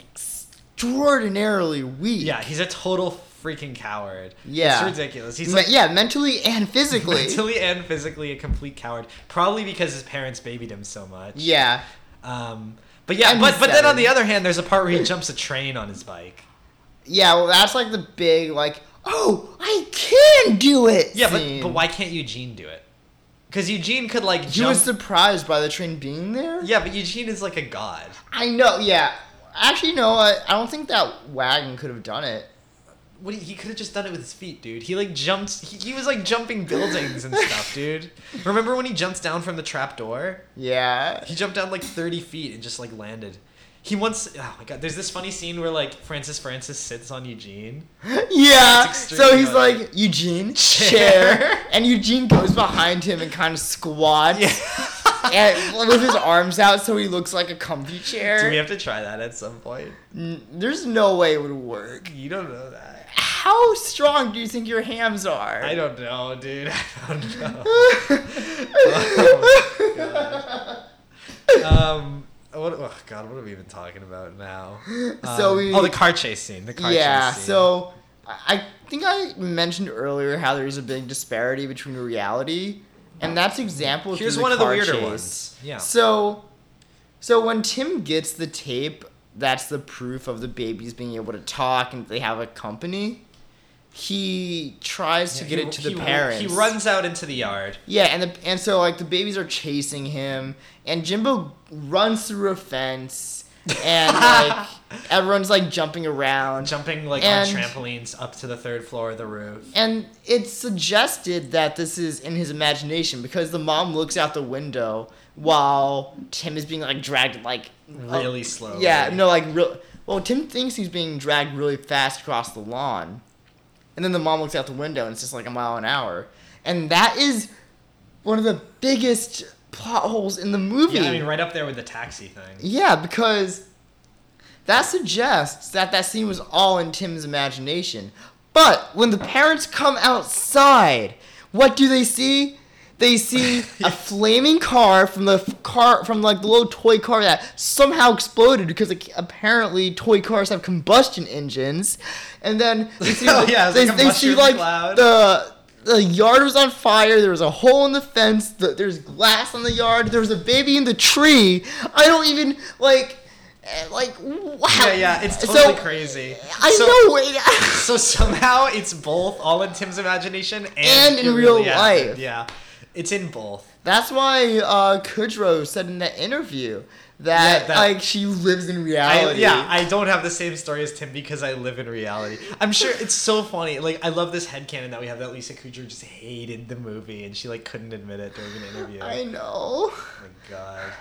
extraordinarily weak.
yeah, he's a total freaking coward.
Yeah.
It's ridiculous. He's
Me-
like
yeah, mentally and physically.
mentally and physically a complete coward. Probably because his parents babied him so much.
Yeah.
Um but yeah,
And
but
he's
but then on
seven.
the other hand, there's a part where he jumps a train on his bike.
Yeah, well, that's like the big, like, oh, I can do it.
Yeah, but,
scene.
but why can't Eugene do it? Because Eugene could like
He
jump.
was surprised by the train being there?
yeah, but Eugene is like a god.
I know, yeah. Actually, no, I, I don't think that wagon could have done it.
What do you- he could have just done it with his feet, dude. He like jumped. He, he was like jumping buildings and stuff, dude. Remember when he jumps down from the trap door?
Yeah.
He jumped down like 30 feet and just like landed. He once, oh my god, there's this funny scene where like Francis Francis sits on Eugene.
Yeah.
It's
So he's
extremely-
like, Eugene,
Chair.
chair. And Eugene goes behind him and kind of squats
Yeah.
and, with his arms out so he looks like a comfy chair.
Do we have to try that at some point?
N- There's no way it would work.
You don't know that.
How strong do you think your hams are?
I don't know, dude. I don't know. Oh, um, what, oh god, what are we even talking about now?
So
Um,
we-
oh, the car chase scene. The car
yeah,
chase scene.
so I I think I mentioned earlier how there's a big disparity between reality, and that's example.
here's
through
one of the
car
weirder
chase.
ones. Yeah.
So, so when Tim gets the tape, that's the proof of the babies being able to talk and they have a company. He tries to
Yeah,
get
he-
it to the
he-
parents.
He runs out into the yard.
Yeah, and the and so like the babies are chasing him, and Jimbo runs through a fence, and like everyone's like jumping around.
jumping like
And-
on trampolines up to the third floor of the roof.
And it's suggested that this is in his imagination because the mom looks out the window while Tim is being like dragged like
Really
up-
slowly.
Oh, Yeah, no, like real. Well, Tim thinks he's being dragged really fast across the lawn, and then the mom looks out the window and it's just like a mile an hour, and that is one of the biggest plot holes in the movie.
Yeah, I mean right up there with the taxi thing.
Yeah, because that suggests that that scene was all in Tim's imagination. But when the parents come outside, what do they see? They see a flaming car from the f- car from like the little toy car that somehow exploded because ac- apparently toy cars have combustion engines, and then they see,
Oh, yeah, it was
they,
like a
they see
mushroom
like
cloud.
the the yard was on fire. There was a hole in the fence. The, there's glass on the yard. There was a baby in the tree. I don't even like, eh, like wow.
Yeah, yeah, it's totally
so,
crazy.
I
so,
know it.
So somehow it's both all in Tim's imagination and,
And in
it
real
really happened.
life.
Yeah, it's in both.
That's why uh, Kudrow said in that interview that,
Yeah, that-
like she lives in
I,
reality.
yeah, I don't have the same story as Tim because I live in reality. I'm sure it's so funny. Like I love this headcanon that we have that Lisa Kudrow just hated the movie and she like couldn't admit it during an interview.
I know.
oh my god.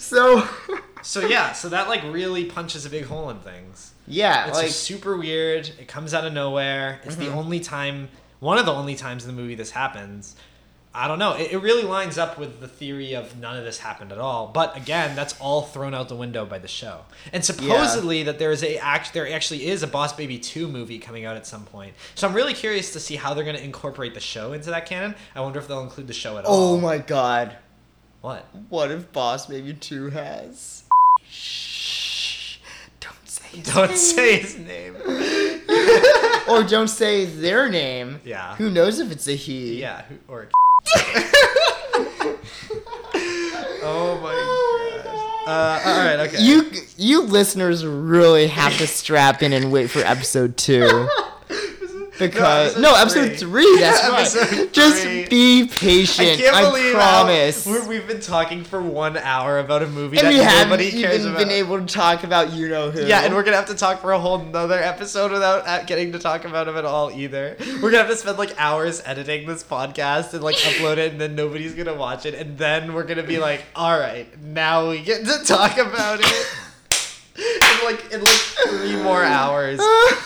So
So yeah, so that like really punches a big hole in things.
yeah,
It's
like Mm-hmm.
just super weird. It comes out of nowhere. It's the only time, one of the only times in the movie this happens. I don't know. It, it really lines up with the theory of none of this happened at all. But again, that's all thrown out the window by the show. And supposedly that there is a act, there actually is a Boss Baby two movie coming out at some point. So I'm really curious to see how they're going to incorporate the show into that canon. I wonder if they'll include the show at all.
oh my god,
What?
what if Boss Baby Two has? Shh! Don't say it.
Don't say his name.
or don't say their name.
Yeah.
Who knows if it's a he?
Yeah, who- or. oh my god. Uh, all right, okay.
You you listeners really have to strap in and wait for episode two. Because
episode
no, episode
three.
three. that's right.
Episode three.
Just be
I
patient. I,
can't believe how-
promise.
we're, we've been talking for one hour about a movie
and we
that
haven't
nobody cares
even
about.
been able to talk about you know who.
yeah, and we're gonna have to talk for a whole nother episode without uh, getting to talk about him at all either. We're gonna have to spend like hours editing this podcast and like upload it, and then nobody's gonna watch it, and then we're gonna be like, all right, now we get to talk about it. In like in like three more hours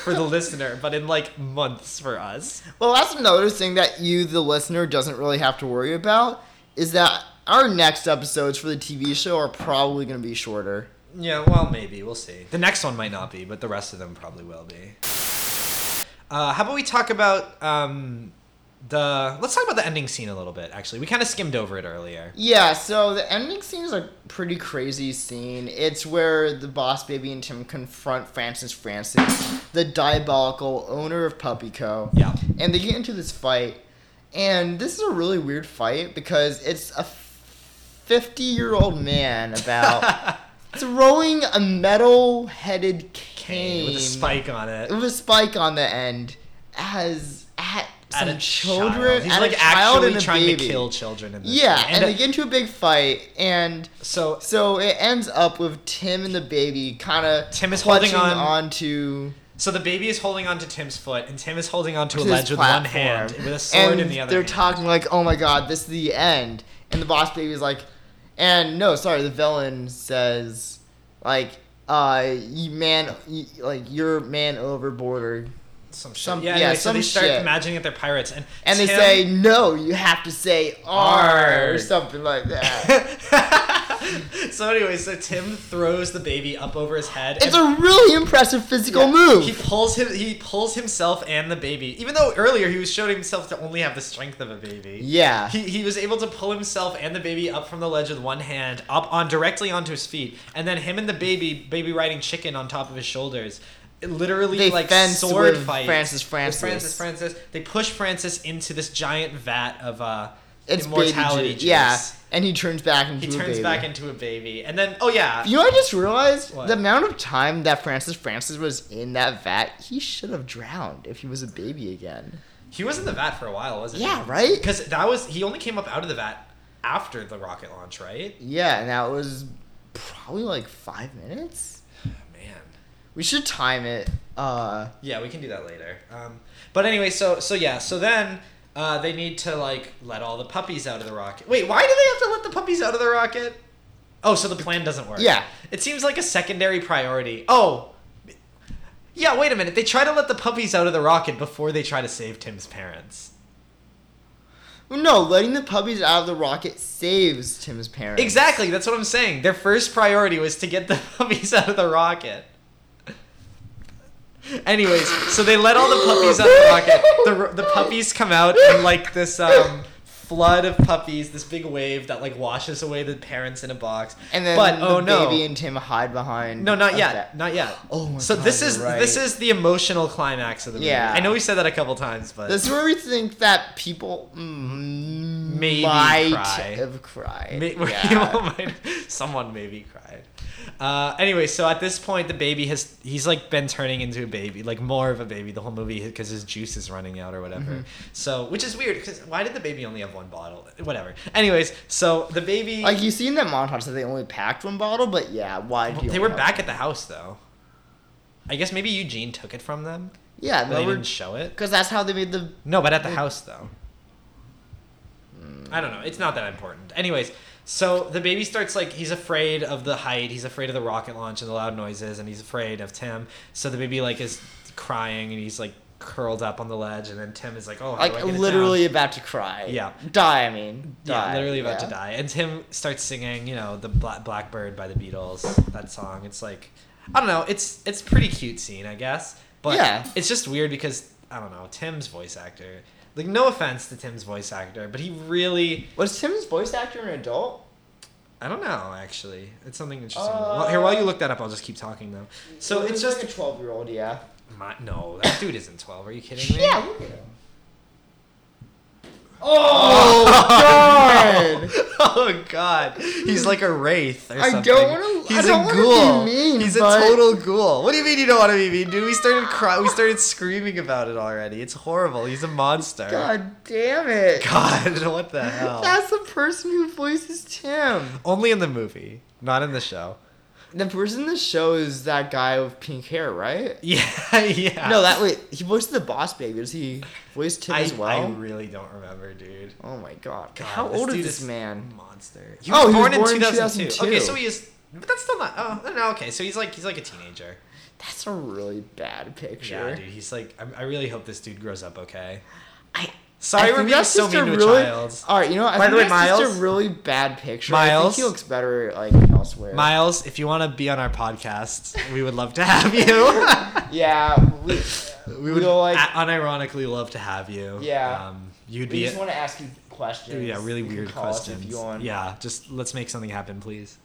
for the listener, but in like months for us.
Well, that's another thing that you, the listener, doesn't really have to worry about is that our next episodes for the TV show are probably going to be shorter.
Yeah, well, maybe we'll see. The next one might not be, but the rest of them probably will be. Uh, how about we talk about um, the? Let's talk about the ending scene a little bit. Actually, we kind of skimmed over it earlier.
Yeah, so the ending scene is a pretty crazy scene. It's where the boss baby and Tim confront Francis Francis, the diabolical owner of Puppy Co.
Yeah.
And they get into this fight. And this is a really weird fight because it's a 50 year old man about throwing a metal headed cane,
With a spike on it.
with a spike on the end as
At
at some
a child.
children
He's
at
like
a child
actually
and a
trying
baby.
to kill children in this.
Yeah,
thing.
and, they get into a big fight, and
so
so it ends up with Tim and the baby kind of
Tim is holding on-
to
so the baby is holding onto Tim's foot, and Tim is holding onto a
his
ledge with one
platform.
hand, with a sword
and
in the other.
They're
hand.
talking like, "Oh my God, this is the end," and the boss baby is like, "And no, sorry." The villain says, "Like, uh, you man, you, like you're man overboard." Or,
some shit.
some-
yeah,
yeah,
anyway, so
some
they start
shit.
imagining that they're pirates, and
and they
Tim-
say, "No, you have to say R
R.
or something like that."
so anyway, so Tim throws the baby up over his head.
it's
and
a really impressive physical move.
He pulls him. He pulls himself and the baby. Even though earlier he was showing himself to only have the strength of a baby.
yeah.
He, he was able to pull himself and the baby up from the ledge with one hand, up on directly onto his feet, and then him and the baby, baby riding chicken on top of his shoulders, literally
They
like
fence
sword
with
fight.
Francis
with
Francis.
Francis Francis. They push Francis into this giant vat of uh,
it's
immortality
baby
juice.
juice. Yeah, and he turns back into
He
a
turns
baby.
back into a baby, and then oh yeah,
you know, what I just realized
What?
the amount of time that Francis Francis was in that vat, he should have drowned if he was a baby again.
he was in the vat for a while, wasn't he?
Yeah, right?
Because that was he only came up out of the vat after the rocket launch, right?
Yeah, and that was probably like five minutes.
Oh, Man,
We should time it. Uh,
yeah, we can do that later. Um, but anyway, so so yeah, so then uh, they need to like let all the puppies out of the rocket. Wait, why do they have to let the puppies out of the rocket? Oh, so the plan doesn't work.
Yeah.
it seems like a secondary priority. Oh. Yeah, wait a minute. They try to let the puppies out of the rocket before they try to save Tim's parents.
no, letting the puppies out of the rocket saves Tim's parents.
Exactly, that's what I'm saying. Their first priority was to get the puppies out of the rocket. Anyways, so they let all the puppies out of the rocket. The, ro- the puppies come out in like this um, flood of puppies, this big wave that like washes away the parents in a box.
And then
but
the
oh no,
baby and Tim hide behind.
no, not
a
yet,
vat.
not yet.
Oh my
so
God,
this is
you're right.
this is the emotional climax of the movie.
Yeah.
I know we said that a couple times, but
This is where we think that people mm,
Maybe
might
cry.
have cried.
May-
Yeah.
people might- someone maybe cried. Uh, anyway, so at this point, the baby has he's like been turning into a baby, like more of a baby the whole movie because his juice is running out or whatever.
Mm-hmm.
So, which is weird because why did the baby only have one bottle? Whatever. Anyways, so the baby
Like you see in that montage that they only packed one bottle, but yeah, why do you
they were
know?
back at the house though. I guess maybe Eugene took it from them.
Yeah,
But they
they were
didn't show it.
because that's how they made the
No, but at the house though. I don't know. It's not that important. Anyways, so the baby starts like he's afraid of the height, he's afraid of the rocket launch and the loud noises, and he's afraid of Tim. So the baby like is crying and he's like curled up on the ledge, and then Tim is like, "Oh, how do I
like
get it down?"
literally about to cry.
Yeah.
die. I mean, die.
yeah, literally about
yeah.
to die. And Tim starts singing, you know, the Black Blackbird by the Beatles. That song. It's like, I don't know. It's it's pretty cute scene, I guess. But
Yeah.
it's just weird because I don't know Tim's voice actor. Like no offense to Tim's voice actor, but he really
Was Tim's voice actor an adult?
I don't know actually. It's something interesting. well, here while you look that up, I'll just keep talking though. So
He
it's
was
just
like a twelve-year-old. Yeah.
my, no that dude isn't twelve. Are you kidding me?
Yeah. Look at him. Oh, God!
oh god, he's like a wraith or
I
something.
don't wanna- I
He's
don't
a
wanna be
ghoul.
mean,
he's
but-
a total ghoul. What do you mean you don't want to be mean, dude? We started cry- We started screaming about it already. It's horrible. He's a monster.
God damn it!
God, what the hell?
That's the person who voices Tim.
Only in the movie, not in the show.
The person in the show is that guy with pink hair, right?
Yeah, yeah.
No, that wait, he voiced the boss baby. Does he voice Tim
I,
as well?
I really don't remember, dude.
oh my god.
God,
How old
dude
is this man?
Monster. He
Oh,
was
he
born,
was born
in
in
2002.
2002.
Okay, so he is. But that's still not. Oh no, okay. So he's like he's like a teenager.
That's a really bad picture.
Yeah, dude. He's like. I, I really hope this dude grows up okay.
I
Sorry,
I
we're
think
being
that's
so
just a
mean to
really,
a child.
All right, you know, I
By the way,
think that's just
Miles-
a really bad picture. I think
Miles-
he looks better like elsewhere.
Miles, if you want to be on our podcast, we would love to have you.
yeah, we,
we
we
would
would like.
a- unironically love to have you.
Yeah.
Um, you'd
we
be.
just want to ask you questions.
yeah, really
You can
weird
call us
questions.
If you want.
Yeah, just let's make something happen, please.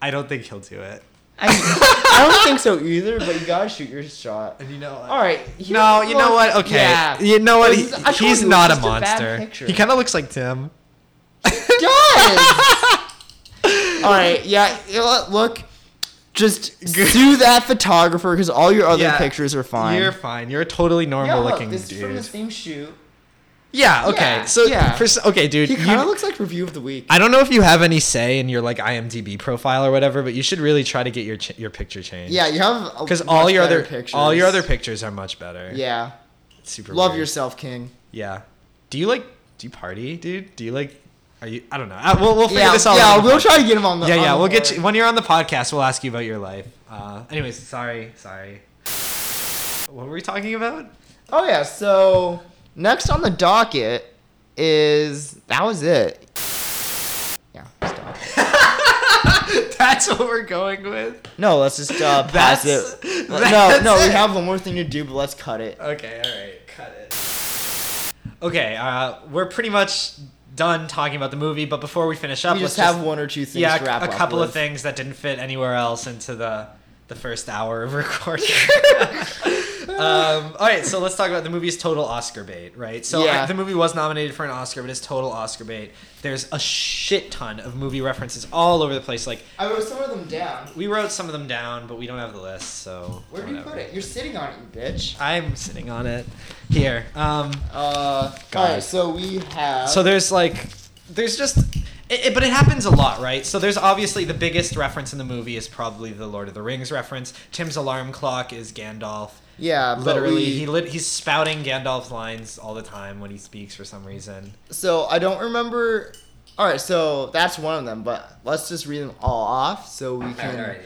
I don't think he'll do it.
I, I don't think so either. But you gotta shoot your shot.
And you know,
All right. here
No,
we
you
go.
know what? Okay,
Yeah.
you know what?
This
He,
is- I told
he's
you, it's
not a
just a bad
monster.
picture.
he kind of looks like Tim.
does. all right. Yeah. you know what, Look. Just sue that photographer because all your other
Yeah.
pictures are fine.
You're fine. You're a totally
yeah,
normal
look,
looking
this is from
dude.
the same shoot.
Yeah. Okay.
Yeah,
so
yeah.
For, s- okay, dude.
He kind
you-
of looks like review of the week.
I don't know if you have any say in your like IMDb profile or whatever, but you should really try to get your ch- your picture changed.
Yeah, you have
Because all your other all your other pictures are much better.
Yeah,
It's super.
love
weird.
yourself, King.
Yeah. Do you like? Do you party, dude? Do you like? Are you? I don't know. Uh, we'll we'll figure
yeah,
this out.
yeah,
later.
we'll try to get him on the.
yeah, yeah.
on the
We'll get
board.
you when you're on the podcast. We'll ask you about your life. Uh, anyways, sorry, sorry. What were we talking about?
Oh yeah, so next on the docket is that was it. Yeah, stop.
That's what we're going with.
No, let's just uh, pass
That's-
it. No,
that's
no, we
it.
have one more thing to do, but let's cut it.
Okay, all right, cut it. Okay, uh, we're pretty much done talking about the movie, but before we finish up,
We
let's
just have one or two things
yeah,
to wrap
a
up
couple
with.
of things that didn't fit anywhere else into the the first hour of recording. um, all right, so let's talk about the movie's total Oscar bait, right? So
Yeah.
I- the movie was nominated for an Oscar, but it's total Oscar bait. There's a shit ton of movie references all over the place. Like
I wrote some of them down.
we wrote some of them down, but we don't have the list, so
Where do you
whatever.
put it? You're sitting on it, you bitch.
I'm sitting on it here. Um,
Uh, all right,
God.
so we have.
so there's like, there's just, it, it- but it happens a lot, right? So there's obviously the biggest reference in the movie is probably the Lord of the Rings reference. Tim's alarm clock is Gandalf.
yeah, but
Literally,
we-
he lit, he's spouting Gandalf's lines all the time when he speaks for some reason.
So I don't remember. All right, so that's one of them, but let's just read them all off so we can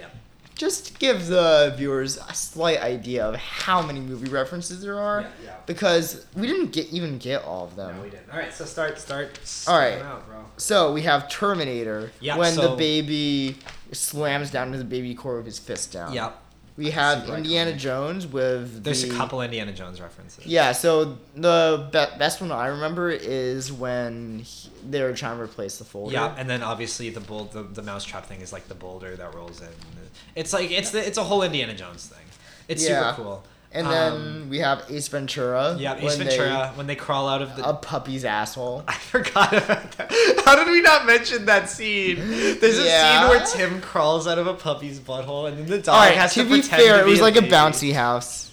just give the viewers a slight idea of how many movie references there are,
Yeah, yeah.
because we didn't get even get all of them.
No, we didn't. All right, so start, start.
All right.
spit 'em out, bro.
so we have Terminator
Yeah,
when the
so-
baby slams down to the baby core with his fist down.
Yeah,
We have
Super
Indiana Jones with
there's
the,
a couple Indiana Jones references.
Yeah, so the be- best one I remember is when he- they were trying to replace the folder.
Yeah, and then obviously the bull, the, the mousetrap thing is like the boulder that rolls in. It's like it's the, it's a whole Indiana Jones thing. It's
Yeah.
super cool.
And
Um,
then we have Ace Ventura.
yeah, Ace
when
Ventura when they crawl out of
They,
the.
a puppy's asshole.
I forgot about that. How did we not mention that scene? There's a
Yeah.
scene where Tim crawls out of a puppy's butthole, and then the dog
All right.
has to,
To be
pretend
fair,
to
it was
be
like
a
a
baby.
bouncy house.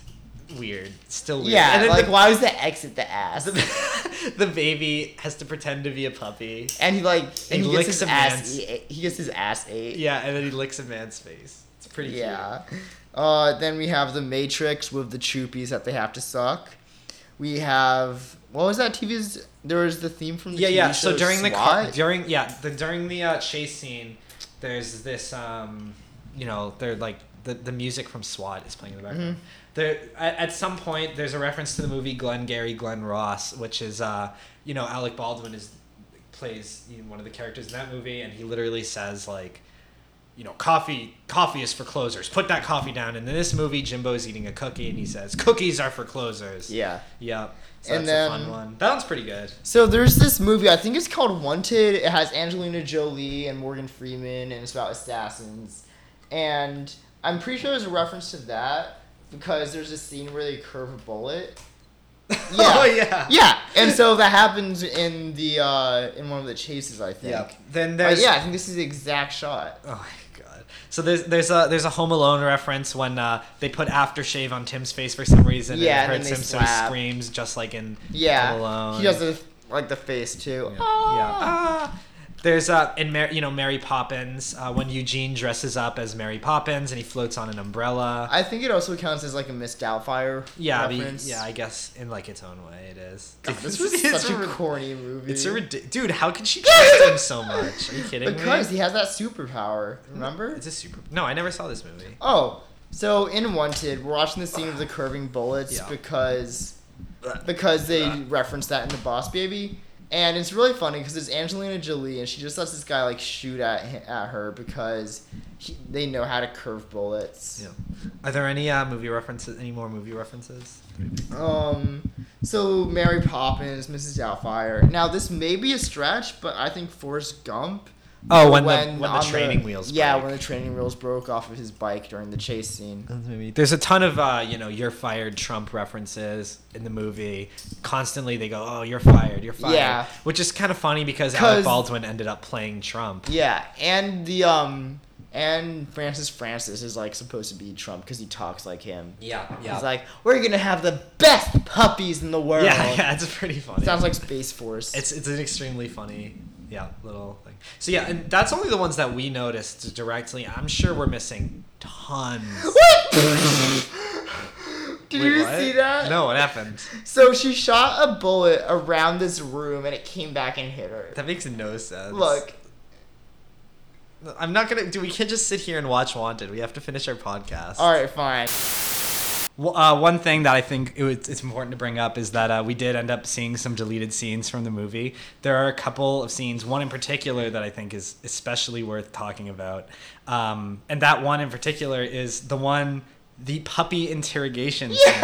Weird, still weird.
Yeah,
and then
like
the,
why was the exit the ass?
the, the baby has to pretend to be a puppy.
and he like and he,
licks
gets his
a
ass.
man's-
He, he gets his ass ate.
Yeah, and then he licks a man's face. It's pretty. cute.
Yeah. Uh, then we have the Matrix with the Choopies that they have to suck. We have what was that TV's? There was the theme from the
yeah
TV
yeah
Show
so during the
SWAT?
car during yeah the during the uh, chase scene there's this um you know they're like the, the music from SWAT is playing in the background.
Mm-hmm.
There at, at some point there's a reference to the movie Glenn Gary Glenn Ross, which is uh you know Alec Baldwin is plays you know, one of the characters in that movie, and he literally says like, you know, coffee coffee is for closers. Put that coffee down. And in this movie, Jimbo's eating a cookie, and he says cookies are for closers.
yeah.
Yep. So
And
that's a
then-
fun one. That one's pretty good.
So there's this movie, I think it's called Wanted. It has Angelina Jolie and Morgan Freeman, and it's about assassins. And I'm pretty sure there's a reference to that because there's a scene where they curve a bullet.
oh yeah.
Yeah, and so that happens in the uh, in one of the chases, I think.
Yeah. Then
Uh,
there's
yeah, I think this is the exact shot.
Oh my god. So there's there's a there's a Home Alone reference when uh, they put aftershave on Tim's face for some reason
Yeah,
and
and then
it
they
hurts him so he
slap.
screams just like in
Yeah,
Home Alone.
he does the, like the face too.
yeah.
Ah!
Yeah. Ah. There's uh in Mar- you know Mary Poppins uh, when Eugene dresses up as Mary Poppins and he floats on an umbrella.
I think it also counts as like a Miss Doubtfire
yeah, but-
reference.
yeah, I guess in like its own way it is.
God, this
It's-
was
it's
such a
rid-
corny movie.
It's a ridiculous dude. How can she trust him so much? Are you kidding
Because
me?
he has that superpower, remember?
It's a super. No, I never saw this movie.
Oh, so in Wanted, we're watching the scene of the curving bullets
Yeah.
because because they reference that in the Boss Baby, and it's really funny because it's Angelina Jolie, and she just lets this guy like shoot at hi- at her because he, they know how to curve bullets.
Yeah. Are there any uh, movie references? Any more movie references?
Um, so Mary Poppins, Mrs. Doubtfire. Now this may be a stretch, but I think Forrest Gump.
Oh, when the- when the
on
training wheels
Yeah,
break.
when the training wheels broke off of his bike during the chase scene.
There's a ton of uh, you know you're fired Trump references in the movie. Constantly they go oh you're fired you're fired
Yeah.
which is kind of funny because
'Cause-
Alec Baldwin ended up playing Trump.
Yeah, and the um, and Francis Francis is like supposed to be Trump because he talks like him.
Yeah,
He's like, we're gonna have the best puppies in the world.
Yeah, yeah, it's pretty funny.
Sounds like Space Force.
It's it's an extremely funny, yeah, little thing. So yeah, and that's only the ones that we noticed directly. I'm sure we're missing tons.
Did
Wait,
you
what?
see that?
No, what happened?
So she shot a bullet around this room and it came back and hit her.
That makes no sense.
Look,
I'm not gonna. Do we can't just sit here and watch Wanted. We have to finish our podcast.
all right, fine.
Well, uh, one thing that I think it was, it's important to bring up is that uh, we did end up seeing some deleted scenes from the movie. There are a couple of scenes, one in particular that I think is especially worth talking about. Um, and that one in particular is the one, the puppy interrogation scene.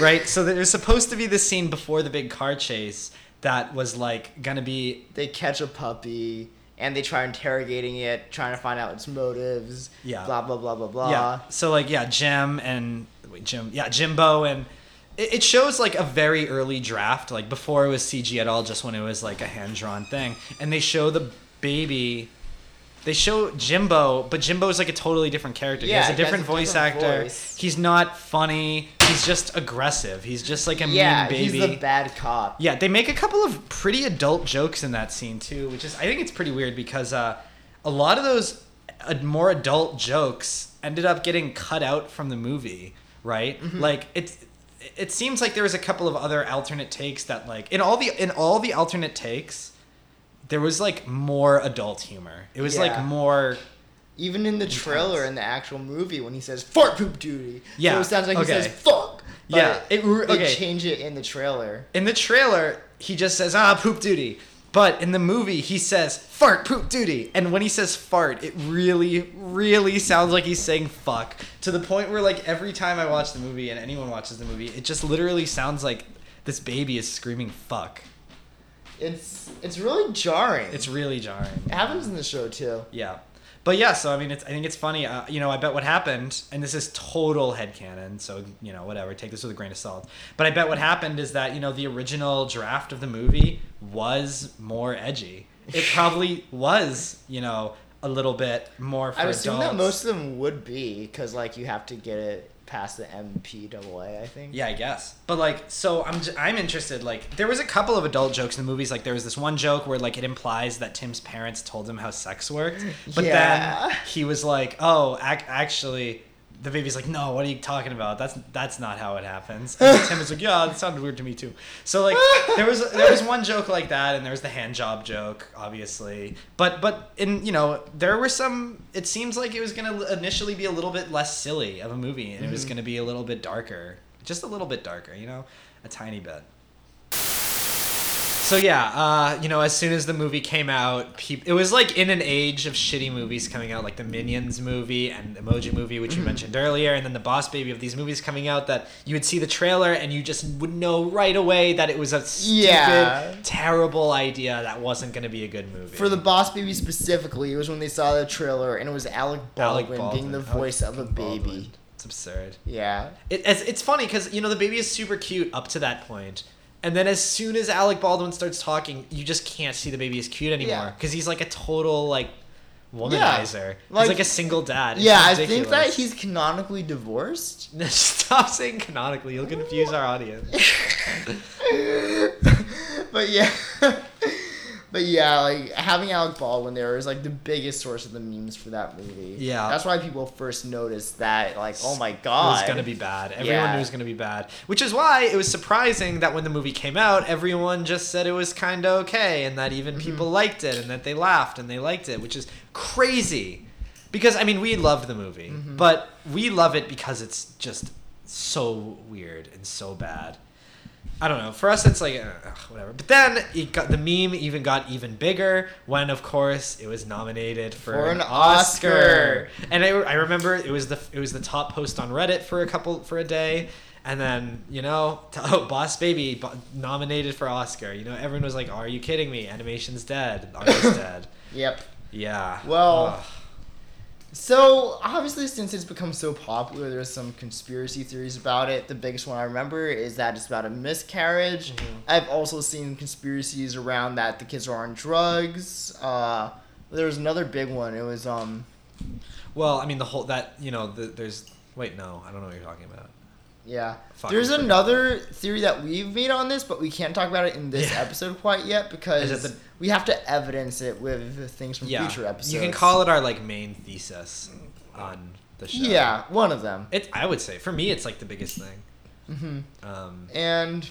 Right? So there's supposed to be this scene before the big car chase that was like going to be.
They catch a puppy and they try interrogating it, trying to find out its motives.
Yeah.
Blah blah blah blah blah.
Yeah. So, like, yeah, Jim and. Wait, Jim. Yeah, Jimbo and. It it shows like a very early draft, like before it was CG at all, just when it was like a hand drawn thing. And they show the baby. They show Jimbo, but Jimbo's like a totally different character.
Yeah,
he has
he
a
has a
different voice
different
actor.
voice.
He's not funny. He's just aggressive. He's just like a
Yeah,
mean baby.
he's the bad cop.
Yeah, they make a couple of pretty adult jokes in that scene too, which is I think it's pretty weird because uh, a lot of those uh, more adult jokes ended up getting cut out from the movie, right? Like it's it seems like there was a couple of other alternate takes that like in all the in all the alternate takes there was like more adult humor. It was
Yeah.
like more
Even in the trailer in the actual movie when he says "fart poop duty,"
Yeah,
so it sounds like
okay.
he says "fuck." but
Yeah, it re-
they
okay.
change it in the trailer.
in the trailer he just says ah poop duty but in the movie he says fart poop duty and when he says fart it really really sounds like he's saying fuck to the point where like every time i watch the movie and anyone watches the movie it just literally sounds like this baby is screaming fuck
It's it's really jarring.
it's really jarring
it happens in the show too.
yeah but yeah so i mean it's i think it's funny uh, you know i bet what happened and this is total headcanon so you know whatever take this with a grain of salt but i bet what happened is that you know the original draft of the movie was more edgy it probably was you know a little bit more for
I would assume that
adults.
most of them would be because like you have to get it past the MPAA, I think.
Yeah, I guess. But like, so I'm j- I'm interested. Like, there was a couple of adult jokes in the movies. Like, there was this one joke where like it implies that Tim's parents told him how sex worked, but
Yeah.
then he was like, "Oh, ac- actually." The baby's like, no, what are you talking about? That's that's not how it happens. And Tim is like, yeah, that sounded weird to me too. So like, there was there was one joke like that, and there was the hand job joke, obviously. But but in you know there were some. It seems like it was gonna initially be a little bit less silly of a movie, and it was gonna be a little bit darker, just a little bit darker, you know, a tiny bit. So yeah, uh, you know, as soon as the movie came out, peop- it was like in an age of shitty movies coming out, like the Minions movie and Emoji movie, which you mentioned earlier, and then the Boss Baby of these movies coming out that you would see the trailer and you just would know right away that it was a stupid,
Yeah.
terrible idea that wasn't going to be a good movie.
For the Boss Baby specifically, it was when they saw the trailer and it was Alec Baldwin,
Alec Baldwin
being the
Alec
voice of a baby.
Baldwin. it's absurd.
Yeah.
It, it's, it's funny because you know the baby is super cute up to that point, and then as soon as Alec Baldwin starts talking, you just can't see the baby as cute
Yeah.
anymore because he's like a total like womanizer.
like-
he's like a single dad. It's
yeah, I think that
ridiculous.
he's canonically divorced.
Stop saying canonically. You'll confuse our audience.
but yeah, but yeah, like having Alec Baldwin there was like the biggest source of the memes for that movie.
Yeah.
that's why people first noticed that. Like, oh my
It
god,
was gonna be bad. Everyone
Yeah.
knew it was gonna be bad, which is why it was surprising that when the movie came out, everyone just said it was kind of okay, and that even
Mm-hmm.
people liked it, and that they laughed and they liked it, which is crazy. Because I mean, we loved the movie,
Mm-hmm.
but we love it because it's just so weird and so bad. I don't know. For us, it's like uh, ugh, whatever. But then it got the meme even got even bigger when, of course, it was nominated for,
For an Oscar.
And I, I remember it was the it was the top post on Reddit for a couple for a day, and then you know, t- oh, Boss Baby bo- nominated for Oscar. You know, everyone was like, "Are you kidding me? Animation's dead. Art's dead."
Yep.
Yeah.
Well,
Ugh.
So obviously, since it's become so popular, there's some conspiracy theories about it. The biggest one I remember is that it's about a miscarriage.
Mm-hmm.
I've also seen conspiracies around that the kids are on drugs. Uh, there was another big one. It was um,
well, I mean, the whole that you know, the, there's wait, no, I don't know what you're talking about.
yeah.
Fuck,
there's
I forgot.
another theory that we've made on this, but we can't talk about it in this
Yeah.
episode quite yet because
the-
we have to evidence it with things from future episodes.
You can call it our like main thesis on the show.
Yeah, one of them.
It I would say for me it's like the biggest thing.
hmm
Um
and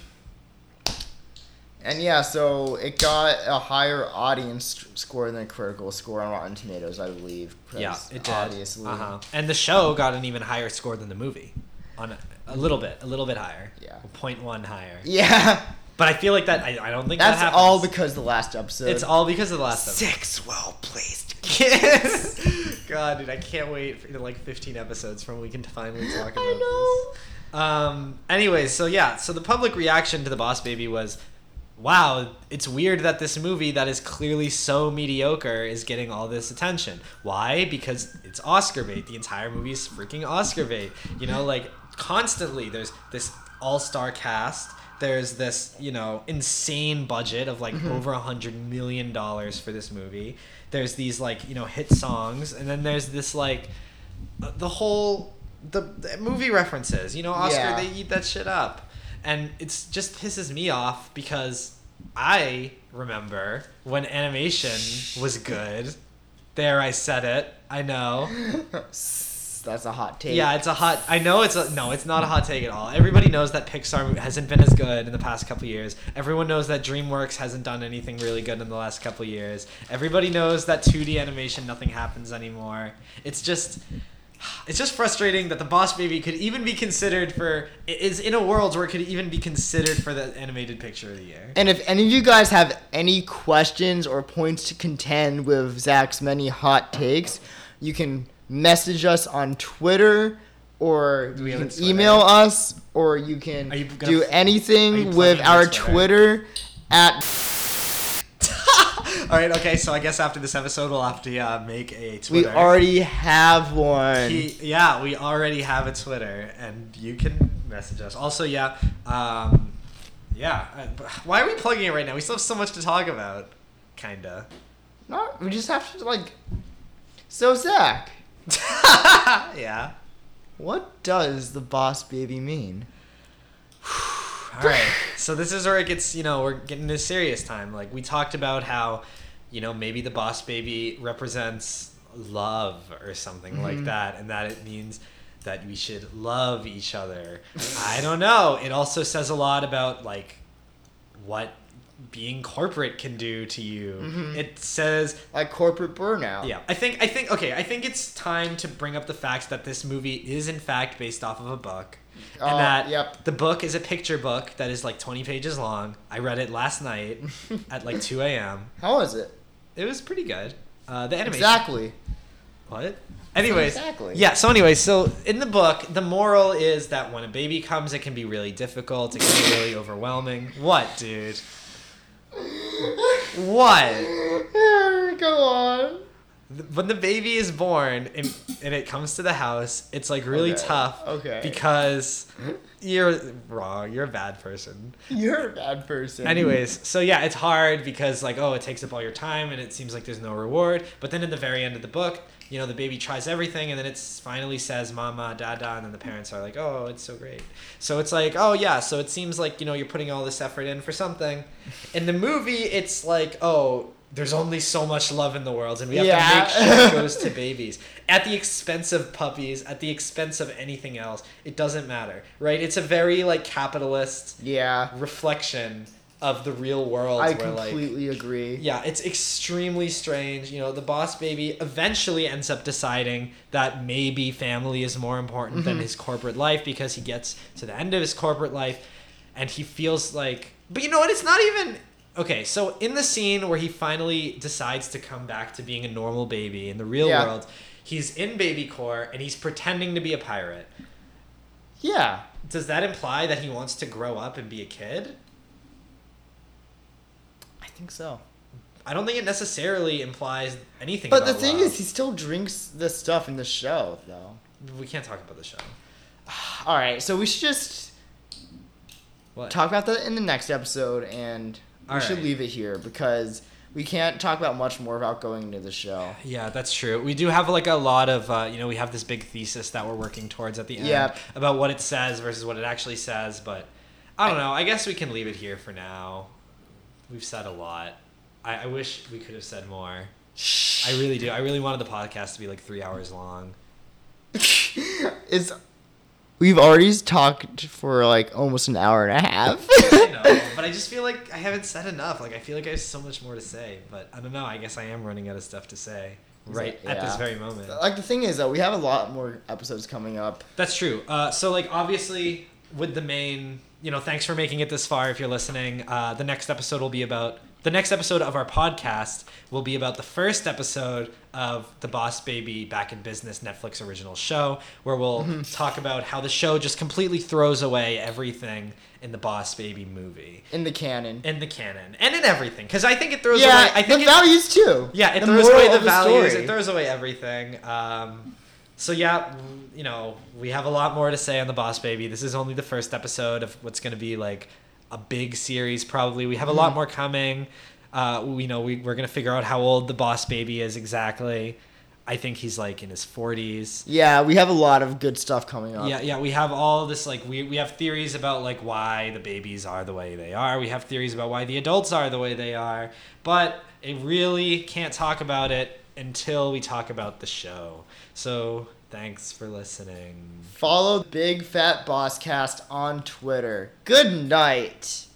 and yeah, so it got a higher audience st- score than critical score on Rotten Tomatoes, I believe. 'cause
yeah, it did.
Obviously,
Uh-huh. And the show got an even higher score than the movie. On a, a little bit, a little bit higher.
Yeah.
0.1 higher.
yeah,
But I feel like that I, I don't think
that's
that happens.
all because the last episode.
it's all because of the last episode.
six well placed kids.
God, dude, I can't wait for like 15 episodes from we can finally talk about
I know.
this. Um, anyways, so yeah, so the public reaction to the Boss Baby was, "Wow, it's weird that this movie that is clearly so mediocre is getting all this attention. Why? Because it's Oscar bait. The entire movie is freaking Oscar bait. You know, like constantly there's this all-star cast." There's this, you know, insane budget of like over a hundred million dollars for this movie. There's these like, you know, hit songs, and then there's this like, the whole the, the movie references. You know, Oscar,
Yeah.
they eat that shit up, and it's just pisses me off because I remember when animation was good. There, I said it. I know. Oh.
that's a hot take.
Yeah, it's a hot. I know it's a no. It's not a hot take at all. Everybody knows that Pixar hasn't been as good in the past couple years. Everyone knows that DreamWorks hasn't done anything really good in the last couple years. Everybody knows that 2D animation nothing happens anymore. It's just. It's just frustrating that the Boss Baby could even be considered for it is in a world where it could even be considered for the animated picture of the year.
And if any of you guys have any questions or points to contend with Zach's many hot takes, you can message us on Twitter or
we
you
have a
can
Twitter?
email us or you can
Are you gonna-
do
are you
anything
plugging
with our
your
Twitter,
Twitter?
at
All right, okay, so I guess after this episode we'll have to uh, make a Twitter.
we already have one.
He- yeah, we already have a Twitter, and you can message us. Also, yeah, um, yeah. uh, b- Why are we plugging it right now? We still have so much to talk about, kinda.
No, we just have to like So Zach,
yeah.
what does the boss baby mean?
All right. So this is where it gets, you know, we're getting into serious time. Like we talked about how, you know, maybe the boss baby represents love or something like that, and that it means that we should love each other. I don't know. It also says a lot about like what being corporate can do to you. It says
Like corporate burnout.
yeah, I think I think okay, I think it's time to bring up the fact that this movie is in fact based off of a book, and
Oh,
that
yep.
the book is a picture book that is like twenty pages long. I read it last night at like two a.m.
How is it?
It was pretty good. Uh, the animation.
Exactly.
What? Anyways,
Exactly.
yeah. So, anyways, so in the book, the moral is that when a baby comes, it can be really difficult. It can be really overwhelming. What, dude? What?
Go on.
when the baby is born and, and it comes to the house, it's like really
Okay.
tough.
Okay.
Because you're wrong. You're a bad person.
You're a bad person.
Anyways, so yeah, it's hard because like oh, it takes up all your time and it seems like there's no reward. But then in the very end of the book, you know, the baby tries everything and then it's finally says mama da da and then the parents are like, "Oh, it's so great." So it's like, "Oh yeah, so it seems like, you know, you're putting all this effort in for something." In the movie, it's like, "Oh, there's only so much love in the world and we have
Yeah.
to make sure it goes to babies at the expense of puppies, at the expense of anything else. It doesn't matter." Right? It's a very like capitalist
Yeah.
reflection of the real world
I
where like
completely agree.
yeah it's extremely strange you know the boss baby eventually ends up deciding that
Mm-hmm.
maybe family is more important than his corporate life because he gets to the end of his corporate life and he feels like but you know what it's not even okay so in the scene where he finally decides to come back to being a normal baby in the real
Yeah.
world he's in baby core and he's pretending to be a pirate
Yeah.
does that imply that he wants to grow up and be a kid
I think so.
i don't think it necessarily implies anything
But the
about
thing
love.
is, he still drinks the stuff in the show, though.
we can't talk about the show
All right, so we should just
what
talk about that in the next episode, and we
All
should
right.
leave it here because we can't talk about much more without going into the show.
Yeah, that's true. We do have like a lot of, uh, you know, we have this big thesis that we're working towards at the end
Yep.
about what it says versus what it actually says. But I don't know. I guess we can leave it here for now. We've said a lot. I, I wish we could have said more. I really do. I really wanted the podcast to be like three hours long.
It's we've already talked for like almost an hour and a half.
I know, but I just feel like I haven't said enough. Like I feel like I have so much more to say. But I don't know. I guess I am running out of stuff to say right at this
Yeah.
very moment.
like the thing is, though, we have a lot more episodes coming up.
That's true. Uh, so, like, obviously, with the main, you know, thanks for making it this far. If you're listening, uh, the next episode will be about the next episode of our podcast will be about the first episode of the Boss Baby Back in Business Netflix original show, where we'll talk about how the show just completely throws away everything in the Boss Baby movie,
in the canon.
in the canon, and in everything. Because I think it throws
yeah,
away. I think
the
it-
values too.
yeah, it
The
throws
moral
away the,
of
values.
story.
It throws away everything. Um, so yeah, w- you know, we have a lot more to say on the Boss Baby. This is only the first episode of what's going to be like a big series. Probably we have a
Mm-hmm.
lot more coming. Uh, we you know we, we're going to figure out how old the Boss Baby is exactly. I think he's like in his forties.
yeah, we have a lot of good stuff coming up.
Yeah, yeah, we have all this like we we have theories about like why the babies are the way they are. We have theories about why the adults are the way they are, but it really can't talk about it until we talk about the show. So, thanks for listening.
Follow Big Fat Boss Cast on Twitter. Good night.